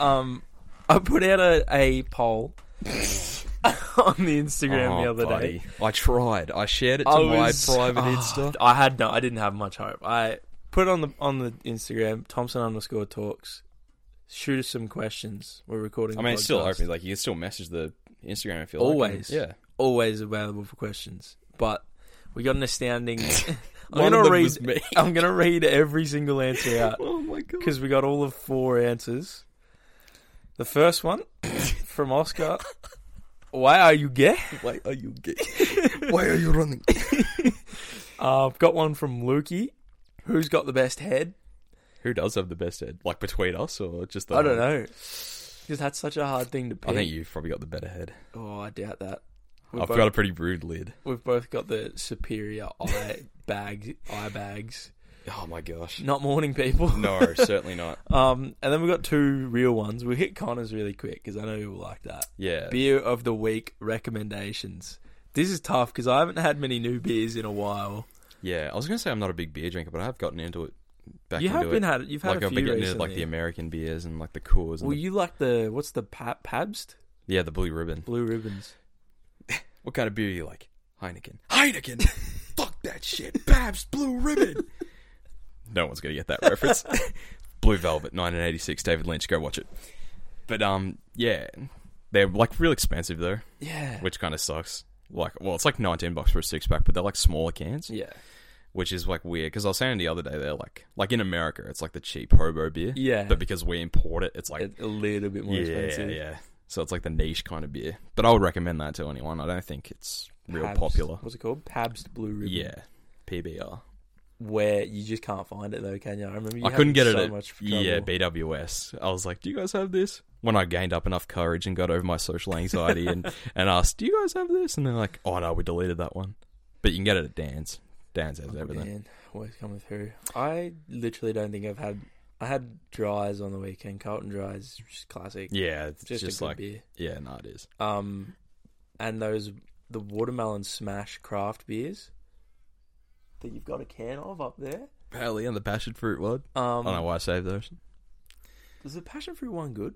S1: um, I put out a, a poll on the Instagram the
S3: Oh,
S1: other day.
S3: buddy. I tried. I shared it to
S1: I
S3: my
S1: was-
S3: private
S1: oh,
S3: Insta.
S1: I had no. I didn't have much hope. I put it on the on the Instagram Thompson underscore talks. Shoot us some questions. We're recording.
S3: I
S1: the
S3: mean, it's still
S1: podcast.
S3: open. Like you can still message the Instagram if you like.
S1: Always.
S3: Yeah.
S1: always available for questions. But we got an astounding. I'm
S3: One
S1: gonna
S3: of them
S1: read.
S3: was me.
S1: I'm gonna read every single answer out
S3: oh my god.
S1: because we got all of four answers. The first one from Oscar. Why are you gay?
S3: Why are you gay? Why are you running?
S1: Uh, I've got one from Lukey. Who's got the best head?
S3: Who does have the best head? Like between us or just the?
S1: I don't know. Because that's such a hard thing to pick.
S3: I think you've probably got the better head.
S1: oh, I doubt that. We've,
S3: I've
S1: both,
S3: got a pretty rude lid.
S1: we've both got the superior eye bag, eye bags.
S3: Oh my gosh.
S1: Not morning people.
S3: No, certainly not.
S1: Um, and then we've got two real ones. We hit Connors really quick because I know you'll like that.
S3: Yeah.
S1: Beer of the week recommendations. This is tough because I haven't had many new beers in a while.
S3: Yeah, I was gonna say I'm not a big beer drinker, but I have gotten into it back
S1: you
S3: into
S1: have
S3: it.
S1: been had you've had
S3: like
S1: a
S3: I've
S1: few
S3: been getting into
S1: recently.
S3: like the American beers and like the Coors. And
S1: well,
S3: the-
S1: you like the what's the pa- Pabst
S3: yeah, the Blue Ribbon.
S1: Blue Ribbons?
S3: What kind of beer you like? Heineken. Heineken. Fuck that shit. Babs Blue Ribbon. no one's gonna get that reference. Blue Velvet, 1986. David Lynch. Go watch it. But um, yeah, they're like real expensive though,
S1: Yeah,
S3: which kind of sucks. Like, well, it's like 19 bucks for a six pack, but they're like smaller cans,
S1: yeah,
S3: which is like weird. Because I was saying the other day, they're like, like in America, it's like the cheap hobo beer.
S1: Yeah.
S3: But because we import it, it's like
S1: a, a little bit more expensive.
S3: yeah. So it's like the niche kind of beer. But I would recommend that to anyone. I don't think it's real
S1: Pabst-
S3: popular.
S1: What's it called? Pabst Blue Ribbon.
S3: Yeah. PBR.
S1: where you just can't find it though, can you? I remember you
S3: I couldn't
S1: had
S3: get it
S1: so
S3: at
S1: much trouble.
S3: yeah, BWS. I was like, "Do you guys have this?" When I gained up enough courage and got over my social anxiety and and asked, "Do you guys have this?" and they're like, "Oh no, we deleted that one." But you can get it at Dan's. Dan's has everything.
S1: Man, always coming through. I literally don't think I've had. I had dries on the weekend. Carlton dries, just classic.
S3: Yeah, it's
S1: just, a
S3: just,
S1: good
S3: like
S1: beer.
S3: yeah, no, it is.
S1: Um, and those the watermelon smash craft beers that you've got a can of up there.
S3: Apparently, and the passion fruit one. I
S1: Um,
S3: don't know why I saved those.
S1: is the passion fruit one good?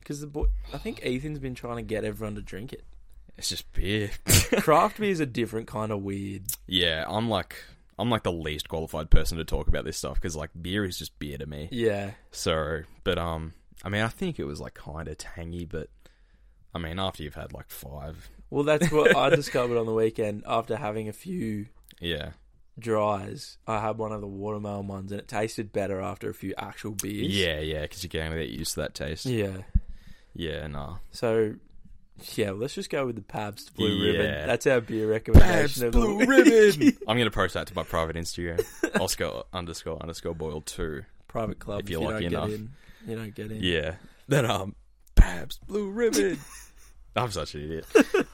S1: Because the boy, I think Ethan's been trying to get everyone to drink it.
S3: It's just beer.
S1: Craft beer is a different kind of weird.
S3: Yeah, I'm like I'm like the least qualified person to talk about this stuff because like beer is just beer to me.
S1: Yeah,
S3: So, but um, I mean, I think it was like kind of tangy, but I mean, after you've had like five,
S1: Well, that's what I discovered on the weekend after having a few
S3: yeah,
S1: dries. I had one of the watermelon ones, and it tasted better after a few actual beers.
S3: yeah, yeah, because you're going to get used to that taste. Yeah,
S1: yeah.
S3: nah,
S1: So, yeah, let's just go with the Pabst Blue
S3: Yeah.
S1: Ribbon. That's our beer recommendation. of the week.
S3: Ribbon. I'm gonna post that to my private Instagram, Oscar underscore underscore boiled two.
S1: private club.
S3: If
S1: If
S3: you're
S1: you're
S3: lucky
S1: don't
S3: enough.
S1: get in, you don't get in.
S3: Yeah. Then um, Babs Blue Ribbon. I'm such an idiot.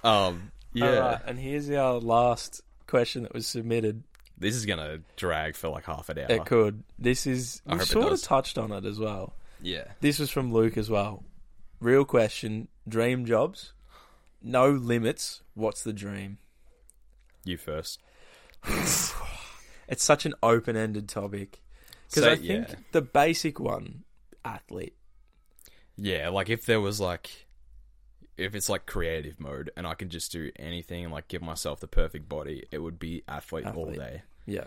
S3: Um, yeah.
S1: Alright, and here's our last question that was submitted.
S3: This is gonna drag for like half an hour.
S1: It could. This is
S3: Uh-huh. I
S1: we
S3: hope it
S1: sort of
S3: does.
S1: touched on it as well.
S3: Yeah.
S1: This was from Luke as well. Real question: Dream jobs, no limits. What's the dream?
S3: You first.
S1: It's such an open-ended topic because
S3: So,
S1: I think
S3: yeah.
S1: the basic one, athlete.
S3: Yeah, like if there was like if it's like creative mode and I could just do anything and like give myself the perfect body, it would be athlete, all
S1: Athlete.
S3: day.
S1: Yeah,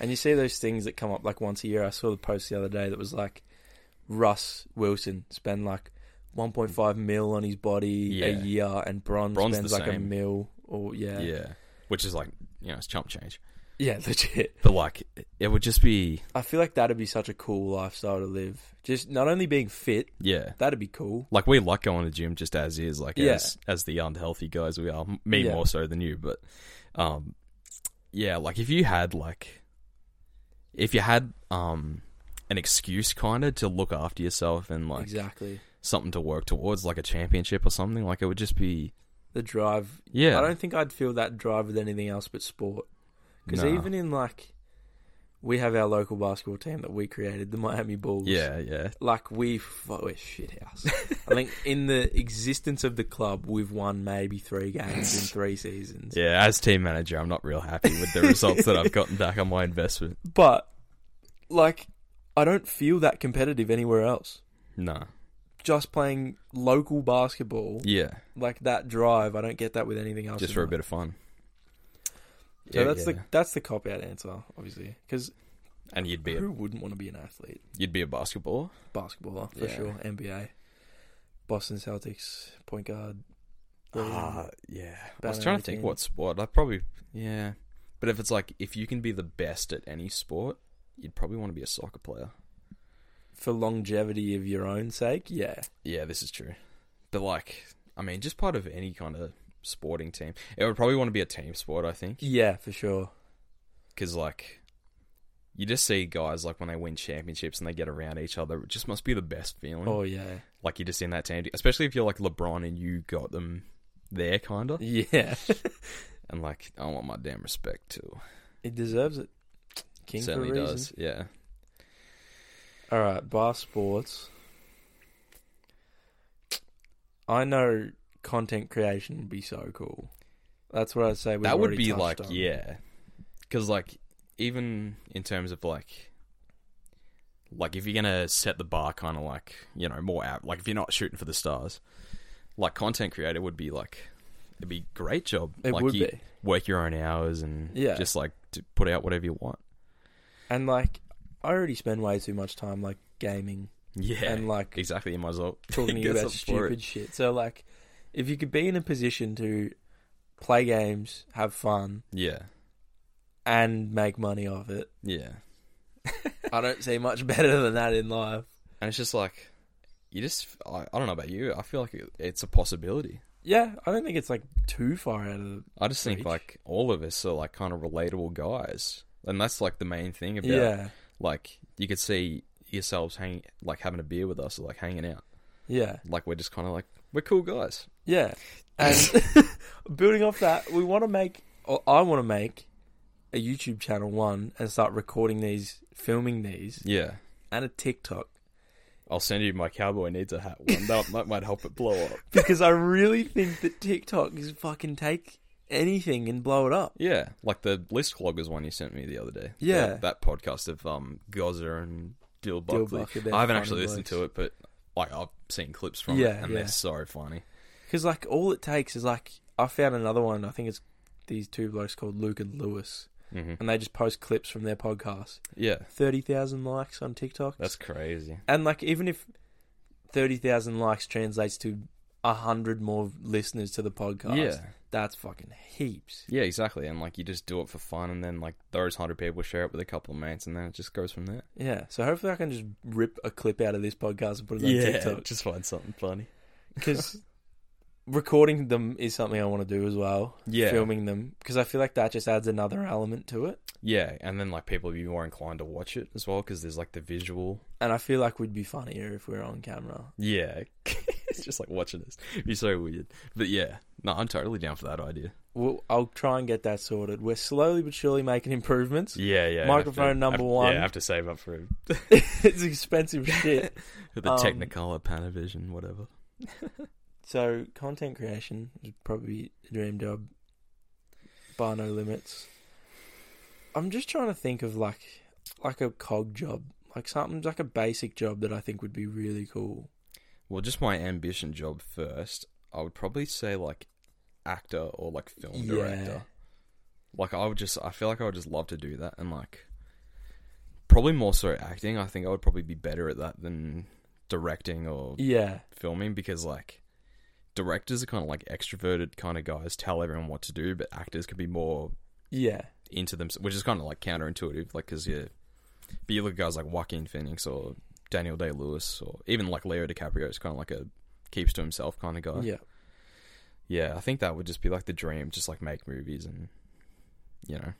S1: and you see those things that come up like once a year. I saw the post the other day that was like Russ Wilson spend like 1.5 mil on his body a
S3: Yeah.
S1: year, and Bron
S3: Bron's
S1: spends
S3: the
S1: like a
S3: same.
S1: mil or yeah,
S3: Yeah. Which is like, you know, it's chump change.
S1: yeah, legit.
S3: But like it would just be
S1: I feel like that'd be such a cool lifestyle to live. Just not only being fit,
S3: yeah.
S1: that'd be cool.
S3: Like we like going to gym just as is, like
S1: Yeah.
S3: as as the unhealthy guys we are. Me
S1: Yeah.
S3: more so than you, but um yeah, like if you had like if you had um an excuse kinda to look after yourself and like
S1: exactly.
S3: something to work towards, like a championship or something. Like it would just be
S1: The drive.
S3: yeah.
S1: I don't think I'd feel that drive with anything else but sport. Because
S3: nah.
S1: even in like, we have our local basketball team that we created, the Miami Bulls.
S3: yeah, yeah,
S1: Like we, fuck, we're shit house. I think in the existence of the club, we've won maybe three games in three seasons.
S3: yeah. As team manager, I'm not real happy with the results that I've gotten back on my investment.
S1: But like, I don't feel that competitive anywhere else.
S3: Nah,
S1: Just playing local basketball.
S3: yeah,
S1: like that drive. I don't get that with anything else.
S3: just for a bit of fun.
S1: So
S3: Yeah,
S1: that's
S3: yeah.
S1: the that's the cop out answer, obviously, because
S3: and you'd be a,
S1: who wouldn't want to be an athlete?
S3: you'd be a basketballer.
S1: Basketballer for
S3: Yeah.
S1: sure. NBA, Boston Celtics point guard. Uh,
S3: Ah, yeah. I was
S1: Banner
S3: trying to think
S1: routine.
S3: what sport. I probably yeah, but if it's like if you can be the best at any sport, you'd probably want to be a soccer player.
S1: for longevity of your own sake. Yeah,
S3: Yeah, this is true. But like, I mean, just part of any kind of sporting team. It would probably want to be a team sport. I think.
S1: yeah, for sure.
S3: because like you just see guys like when they win championships and they get around each other it just must be the best feeling
S1: Oh yeah,
S3: like you're just in that team especially if you're like lebron and you got them there kind of
S1: yeah.
S3: and like i want my damn respect too
S1: it deserves it. King
S3: certainly
S1: for a reason.
S3: does yeah
S1: All right, bar sports. I know content creation would be so cool. That's what I'd say. We've
S3: that would
S1: already
S3: be
S1: touched
S3: like
S1: on.
S3: yeah because like even in terms of like Like if you're gonna set the bar kind of like you know more out, like if you're not shooting for the stars, like content creator would be like it'd be great job.
S1: It
S3: like
S1: would
S3: you
S1: be.
S3: work your own hours and
S1: Yeah.
S3: just like to put out whatever you want.
S1: And like, I already spend way too much time like gaming
S3: Yeah,
S1: and like
S3: exactly. You might as well
S1: talking to you
S3: get
S1: about
S3: something for
S1: stupid shit. So like, if you could be in a position to play games, have fun,
S3: it. Yeah,
S1: and make money off it,
S3: yeah.
S1: I don't see much better than that in life.
S3: And it's just like you just I, I don't know about you. I feel like it, it's a possibility.
S1: Yeah, I don't think it's like too far out of the
S3: I just think
S1: Preach.
S3: like all of us are like kind of relatable guys, and that's like the main thing about
S1: yeah,
S3: like you could see yourselves hanging like having a beer with us or like hanging out.
S1: yeah,
S3: Like we're just kind of like we're cool guys.
S1: yeah. And building off that, we want to make, or I want to make, a YouTube channel one and start recording these, filming these,
S3: Yeah.
S1: and a TikTok
S3: I'll send you my cowboy needs a hat one. That, that might help it blow up.
S1: because I really think that TikTok is fucking take anything and blow it up.
S3: Yeah, like the list cloggers one you sent me the other day.
S1: Yeah.
S3: that, that podcast of um Gozza and Dill
S1: Dill
S3: Buckley.
S1: Buckley, they're
S3: I haven't
S1: funny
S3: actually listened to it, but like I've seen clips from
S1: Yeah,
S3: it, and
S1: yeah.
S3: they're so funny.
S1: Because like all it takes is like I found another one. I think it's these two blokes called Luke and Lewis,
S3: hmm
S1: and they just post clips from their podcast.
S3: Yeah,
S1: Thirty thousand likes on TikTok.
S3: that's crazy.
S1: And like, even if thirty thousand likes translates to hundred more listeners to the podcast,
S3: Yeah,
S1: that's fucking heaps.
S3: yeah, exactly. And like you just do it for fun, and then like those hundred people share it with a couple of mates, and then it just goes from there.
S1: Yeah. So hopefully, I can just rip a clip out of this podcast and put it on TikTok
S3: just find something funny.
S1: because recording them is something I want to do as well.
S3: Yeah,
S1: Filming them because I feel like that just adds another element to it,
S3: yeah, and then like people be more inclined to watch it as well because there's like the visual.
S1: and I feel like we'd be funnier if we were on camera.
S3: Yeah, it's just like watching this. It'd be so weird, but yeah, no, I'm totally down for that idea.
S1: Well, I'll try and get that sorted. We're slowly but surely making improvements.
S3: Yeah, yeah.
S1: Microphone number
S3: have-
S1: one.
S3: Yeah, I have to save up for
S1: it's expensive shit.
S3: for the
S1: Um,
S3: Technicolor Panavision, whatever.
S1: So content creation is probably a dream job, bar no limits. I'm just trying to think of like like a cog job, like something like a basic job that I think would be really cool.
S3: Well, just my ambition job first. I would probably say like actor or like film
S1: Yeah.
S3: director. Like I would just, I feel like I would just love to do that, and like probably more so acting. I think I would probably be better at that than directing or
S1: Yeah,
S3: filming because like directors are kind of like extroverted kind of guys, tell everyone what to do, but actors could be more
S1: yeah,
S3: into them, which is kind of like counterintuitive, like because you, but you look at guys like Joaquin Phoenix or Daniel Day Lewis or even like Leo DiCaprio is kind of like a keeps to himself kind of guy.
S1: yeah.
S3: Yeah, I think that would just be like the dream, just like make movies and you know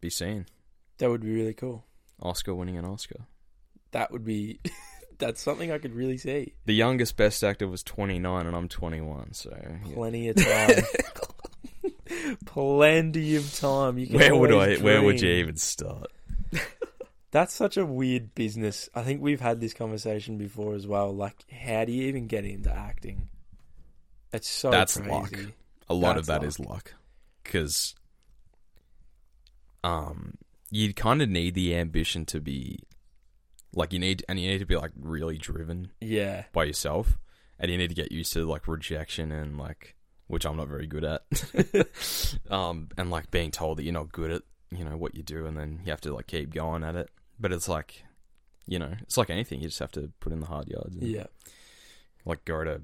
S3: be seen,
S1: That would be really cool.
S3: Oscar winning an Oscar.
S1: That would be. that's something I could really see.
S3: The youngest best actor was 29 and I'm 21, so yeah.
S1: Plenty of time. Plenty of time. You can
S3: where would I?
S1: always
S3: Where would you
S1: dream.
S3: even start?
S1: That's such a weird business. I think we've had this conversation before as well. Like, how do you even get into acting? It's so
S3: That's
S1: crazy.
S3: luck. a lot of that
S1: That's
S3: is luck because um you kind of need the ambition to be like you need and you need to be like really driven
S1: Yeah,
S3: by yourself and you need to get used to like rejection and like which I'm not very good at um and like being told that you're not good at you know what you do and then you have to like keep going at it but it's like you know it's like anything you just have to put in the hard yards and-
S1: yeah,
S3: like go to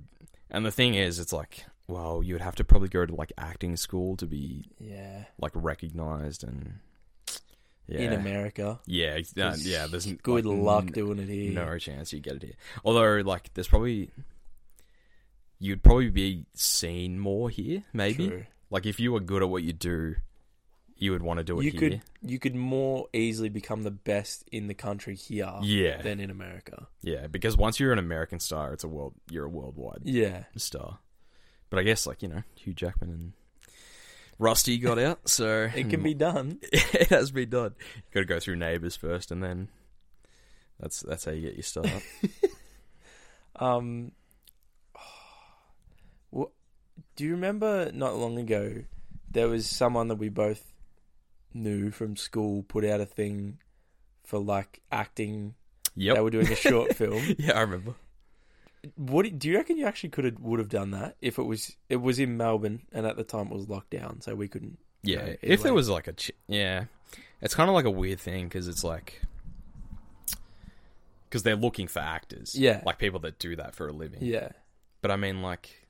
S3: and the thing is it's like well you would have to probably go to like acting school to be
S1: yeah.
S3: like recognized and yeah
S1: In America,
S3: yeah ex- uh,
S1: There's
S3: yeah there's
S1: good
S3: like,
S1: luck
S3: n-
S1: doing it here.
S3: no chance you get it here although like there's probably you'd probably be seen more here maybe
S1: True.
S3: like if you were good at what you do you would want to do it
S1: You
S3: here
S1: could you could more easily become the best in the country here
S3: yeah
S1: than in America.
S3: yeah because once you're an american star it's a world you're a worldwide
S1: Yeah,
S3: star. But I guess like you know Hugh Jackman and Rusty got out, so
S1: it can be done.
S3: it has been done. You got to go through Neighbours first, and then that's that's how you get your start.
S1: Um, what, do you remember not long ago there was someone that we both knew from school put out a thing for like acting
S3: Yep.
S1: They were doing a short film.
S3: yeah, I remember.
S1: What do you reckon? You actually could have would have done that if it was it was in Melbourne and at the time it was locked down, so we couldn't.
S3: Yeah,
S1: either
S3: if there
S1: way.
S3: was like a ch- yeah, it's kind of like a weird thing because it's like because they're looking for actors,
S1: Yeah.
S3: like people that do that for a living.
S1: Yeah,
S3: But I mean, like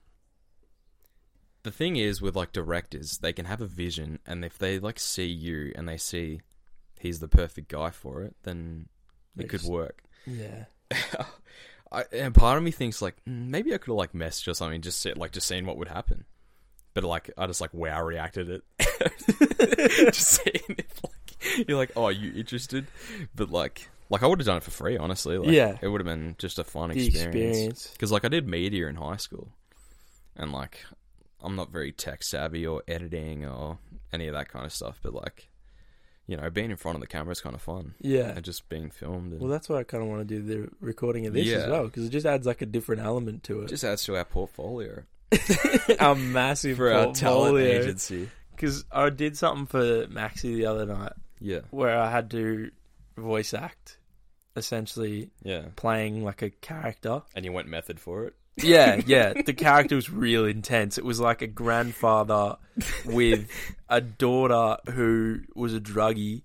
S3: the thing is with like directors, they can have a vision, and if they like see you and they see he's the perfect guy for it, then
S1: They
S3: it could
S1: just-
S3: work.
S1: yeah,
S3: I, and part of me thinks like "Mm, maybe I could have like messaged or something, just sit, like just seeing what would happen. But like I just like wow reacted it, just seeing if like you're like oh are you interested, but like like I would have done it for free honestly. Like,
S1: Yeah.
S3: it would have been just a fun
S1: the
S3: experience
S1: experience.
S3: because like I did media in high school, and like I'm not very tech savvy or editing or any of that kind of stuff. But like you know being in front of the camera is kind of fun
S1: Yeah.
S3: and just being filmed. And,
S1: Well, that's why I kind of want to do the recording of this as
S3: Yeah.
S1: well because it just adds like a different element to it.
S3: just adds to our portfolio.
S1: a massive
S3: for our talent
S1: portfolio.
S3: agency.
S1: Because I did something for Maxi the other night
S3: Yeah,
S1: where I had to voice act, essentially
S3: yeah.
S1: playing like a character.
S3: And you went method for it.
S1: Yeah, yeah. The character was real intense. It was like a grandfather with a daughter who was a druggie,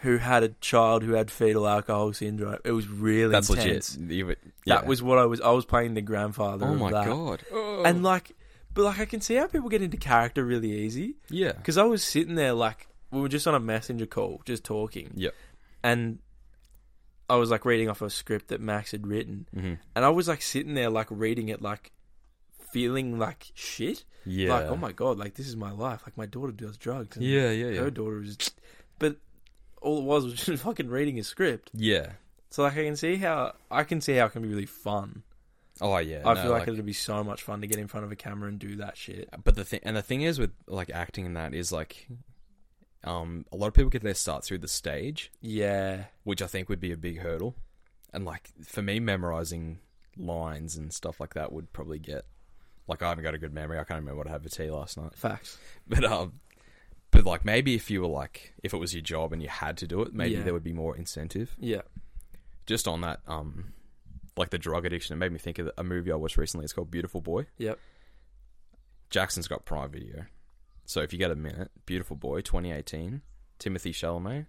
S1: who had a child who had fetal alcohol syndrome. It was really
S3: That's
S1: intense.
S3: legit. You would-
S1: That
S3: yeah.
S1: was what I was. I was playing the grandfather.
S3: Oh
S1: of
S3: my
S1: that. Oh.
S3: god.
S1: And like, but like, I can see how people get into character really easy.
S3: yeah.
S1: Because I was sitting there like we were just on a messenger call, just talking.
S3: Yep.
S1: And I was like reading off a script that Max had written,
S3: hmm
S1: and I was like sitting there like reading it, like feeling like shit.
S3: Yeah.
S1: Like oh my god, like this is my life. Like my daughter does drugs. And
S3: Yeah, yeah, yeah.
S1: Her daughter is, but all it was was just fucking reading a script.
S3: Yeah.
S1: So like I can see how I can see how it can be really fun.
S3: Oh yeah.
S1: I
S3: no,
S1: feel like, it'd be so much fun to get in front of a camera and do that shit.
S3: But the thing, and the thing is with like acting in that is like, um, a lot of people get their start through the stage,
S1: Yeah.
S3: which I think would be a big hurdle. And like for me, memorizing lines and stuff like that would probably get. Like I haven't got a good memory. I can't remember what I had for tea last night.
S1: Facts.
S3: But um, but like maybe if you were like if it was your job and you had to do it, maybe
S1: Yeah.
S3: there would be more incentive.
S1: Yeah.
S3: Just on that um, like the drug addiction, it made me think of a movie I watched recently. It's called Beautiful Boy.
S1: Yep.
S3: Jackson's got Prime Video, so if you get a minute, Beautiful Boy, 2018, Timothy Chalamet,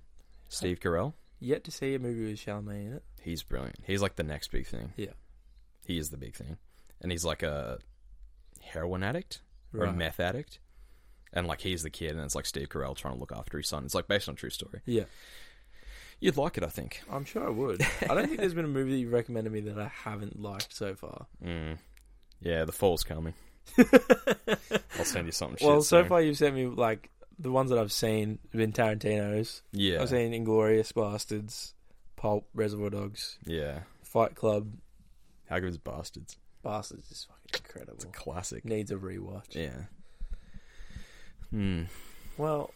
S3: Steve Carell,
S1: Yet to see a movie with Chalamet in it.
S3: he's brilliant. He's like the next big thing.
S1: Yeah.
S3: he is the big thing, and he's like a heroin addict or a
S1: Right.
S3: meth addict. And like he's the kid, and it's like Steve Carell trying to look after his son. It's like based on a true story.
S1: Yeah.
S3: You'd like it, I think.
S1: I'm sure I would. I don't think there's been a movie that you recommended me that I haven't liked so far.
S3: Mm. Yeah, the fall's coming. I'll send you something.
S1: well,
S3: shit
S1: so
S3: soon.
S1: far you've sent me like the ones that I've seen have been Tarantino's.
S3: yeah,
S1: I've seen Inglorious Bastards, Pulp, Reservoir Dogs,
S3: yeah.
S1: Fight Club.
S3: How good is Bastards?
S1: Bastards is fucking
S3: It's a
S1: incredible.
S3: classic.
S1: Needs a rewatch.
S3: Yeah. Hmm.
S1: Well,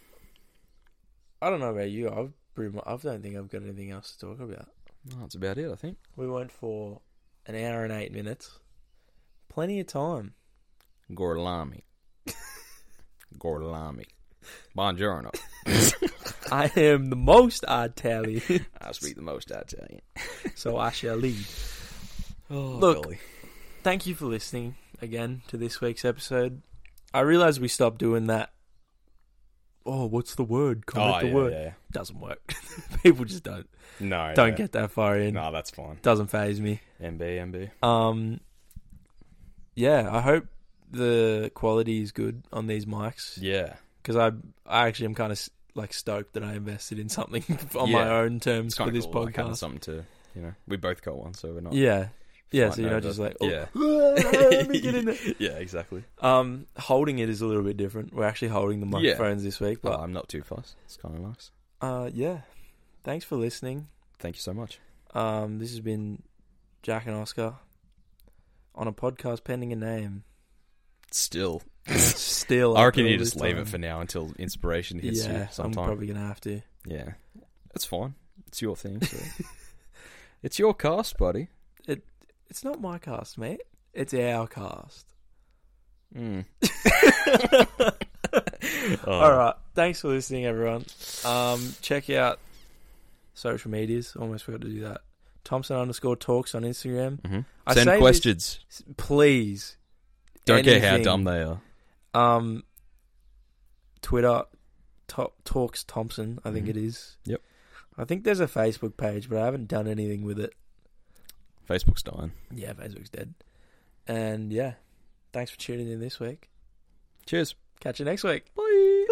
S1: I don't know about you. I've pretty much, I don't think I've got anything else to talk about.
S3: Well, that's about it, I think.
S1: We went for an hour and eight minutes. Plenty of time.
S3: Gorlami. Gorlami. Buongiorno.
S1: I am the most Italian,
S3: I speak the most Italian.
S1: so I shall lead.
S3: Oh,
S1: Look.
S3: Billy.
S1: Thank you for listening again to this week's episode. I realize we stopped doing that. Oh, what's the word? Comment
S3: Oh,
S1: the
S3: yeah,
S1: word.
S3: yeah.
S1: Doesn't work. People just don't
S3: No,
S1: don't
S3: yeah.
S1: get that far in.
S3: No, that's fine.
S1: Doesn't phase me.
S3: MB, MB.
S1: Um, yeah, I hope the quality is good on these mics.
S3: Yeah,
S1: because I I actually am kind of like stoked that I invested in something on my
S3: Yeah.
S1: own terms
S3: it's
S1: for
S3: kind of
S1: this
S3: cool. Like, having
S1: podcast.
S3: something to, you know, we both got one, so we're not.
S1: yeah, yeah. So
S3: fighting
S1: you're not
S3: over-
S1: just like, oh,
S3: yeah,
S1: let me get in there.
S3: yeah, exactly.
S1: Um, holding it is a little bit different. We're actually holding the
S3: Yeah.
S1: microphones this week,
S3: But
S1: but
S3: I'm not too fussed. It's kind of nice.
S1: uh, yeah. Thanks for listening.
S3: Thank you so much.
S1: Um, this has been Jack and Oscar on a podcast pending a name.
S3: Still,
S1: Still,
S3: I
S1: after
S3: reckon
S1: all
S3: you
S1: this
S3: just leave
S1: time.
S3: it for now until inspiration hits
S1: Yeah,
S3: you sometime.
S1: I'm probably gonna have to.
S3: Yeah, that's fine. It's your thing. So. it's your cast, buddy.
S1: It's not my cast, mate. It's our cast.
S3: Mm.
S1: All right. Thanks for listening, everyone. Um, check out social medias. Almost forgot to do that. Thompson underscore talks on Instagram.
S3: Mhm.
S1: I say
S3: Send
S1: this-
S3: questions.
S1: please.
S3: Don't care how
S1: Anything.
S3: dumb they are.
S1: Um, Twitter, top talks Thompson. I think
S3: Mhm.
S1: it is.
S3: Yep.
S1: I think there's a Facebook page, but I haven't done anything with it.
S3: Facebook's dying.
S1: Yeah, Facebook's dead. And yeah, thanks for tuning in this week.
S3: Cheers.
S1: Catch you next week.
S3: Bye.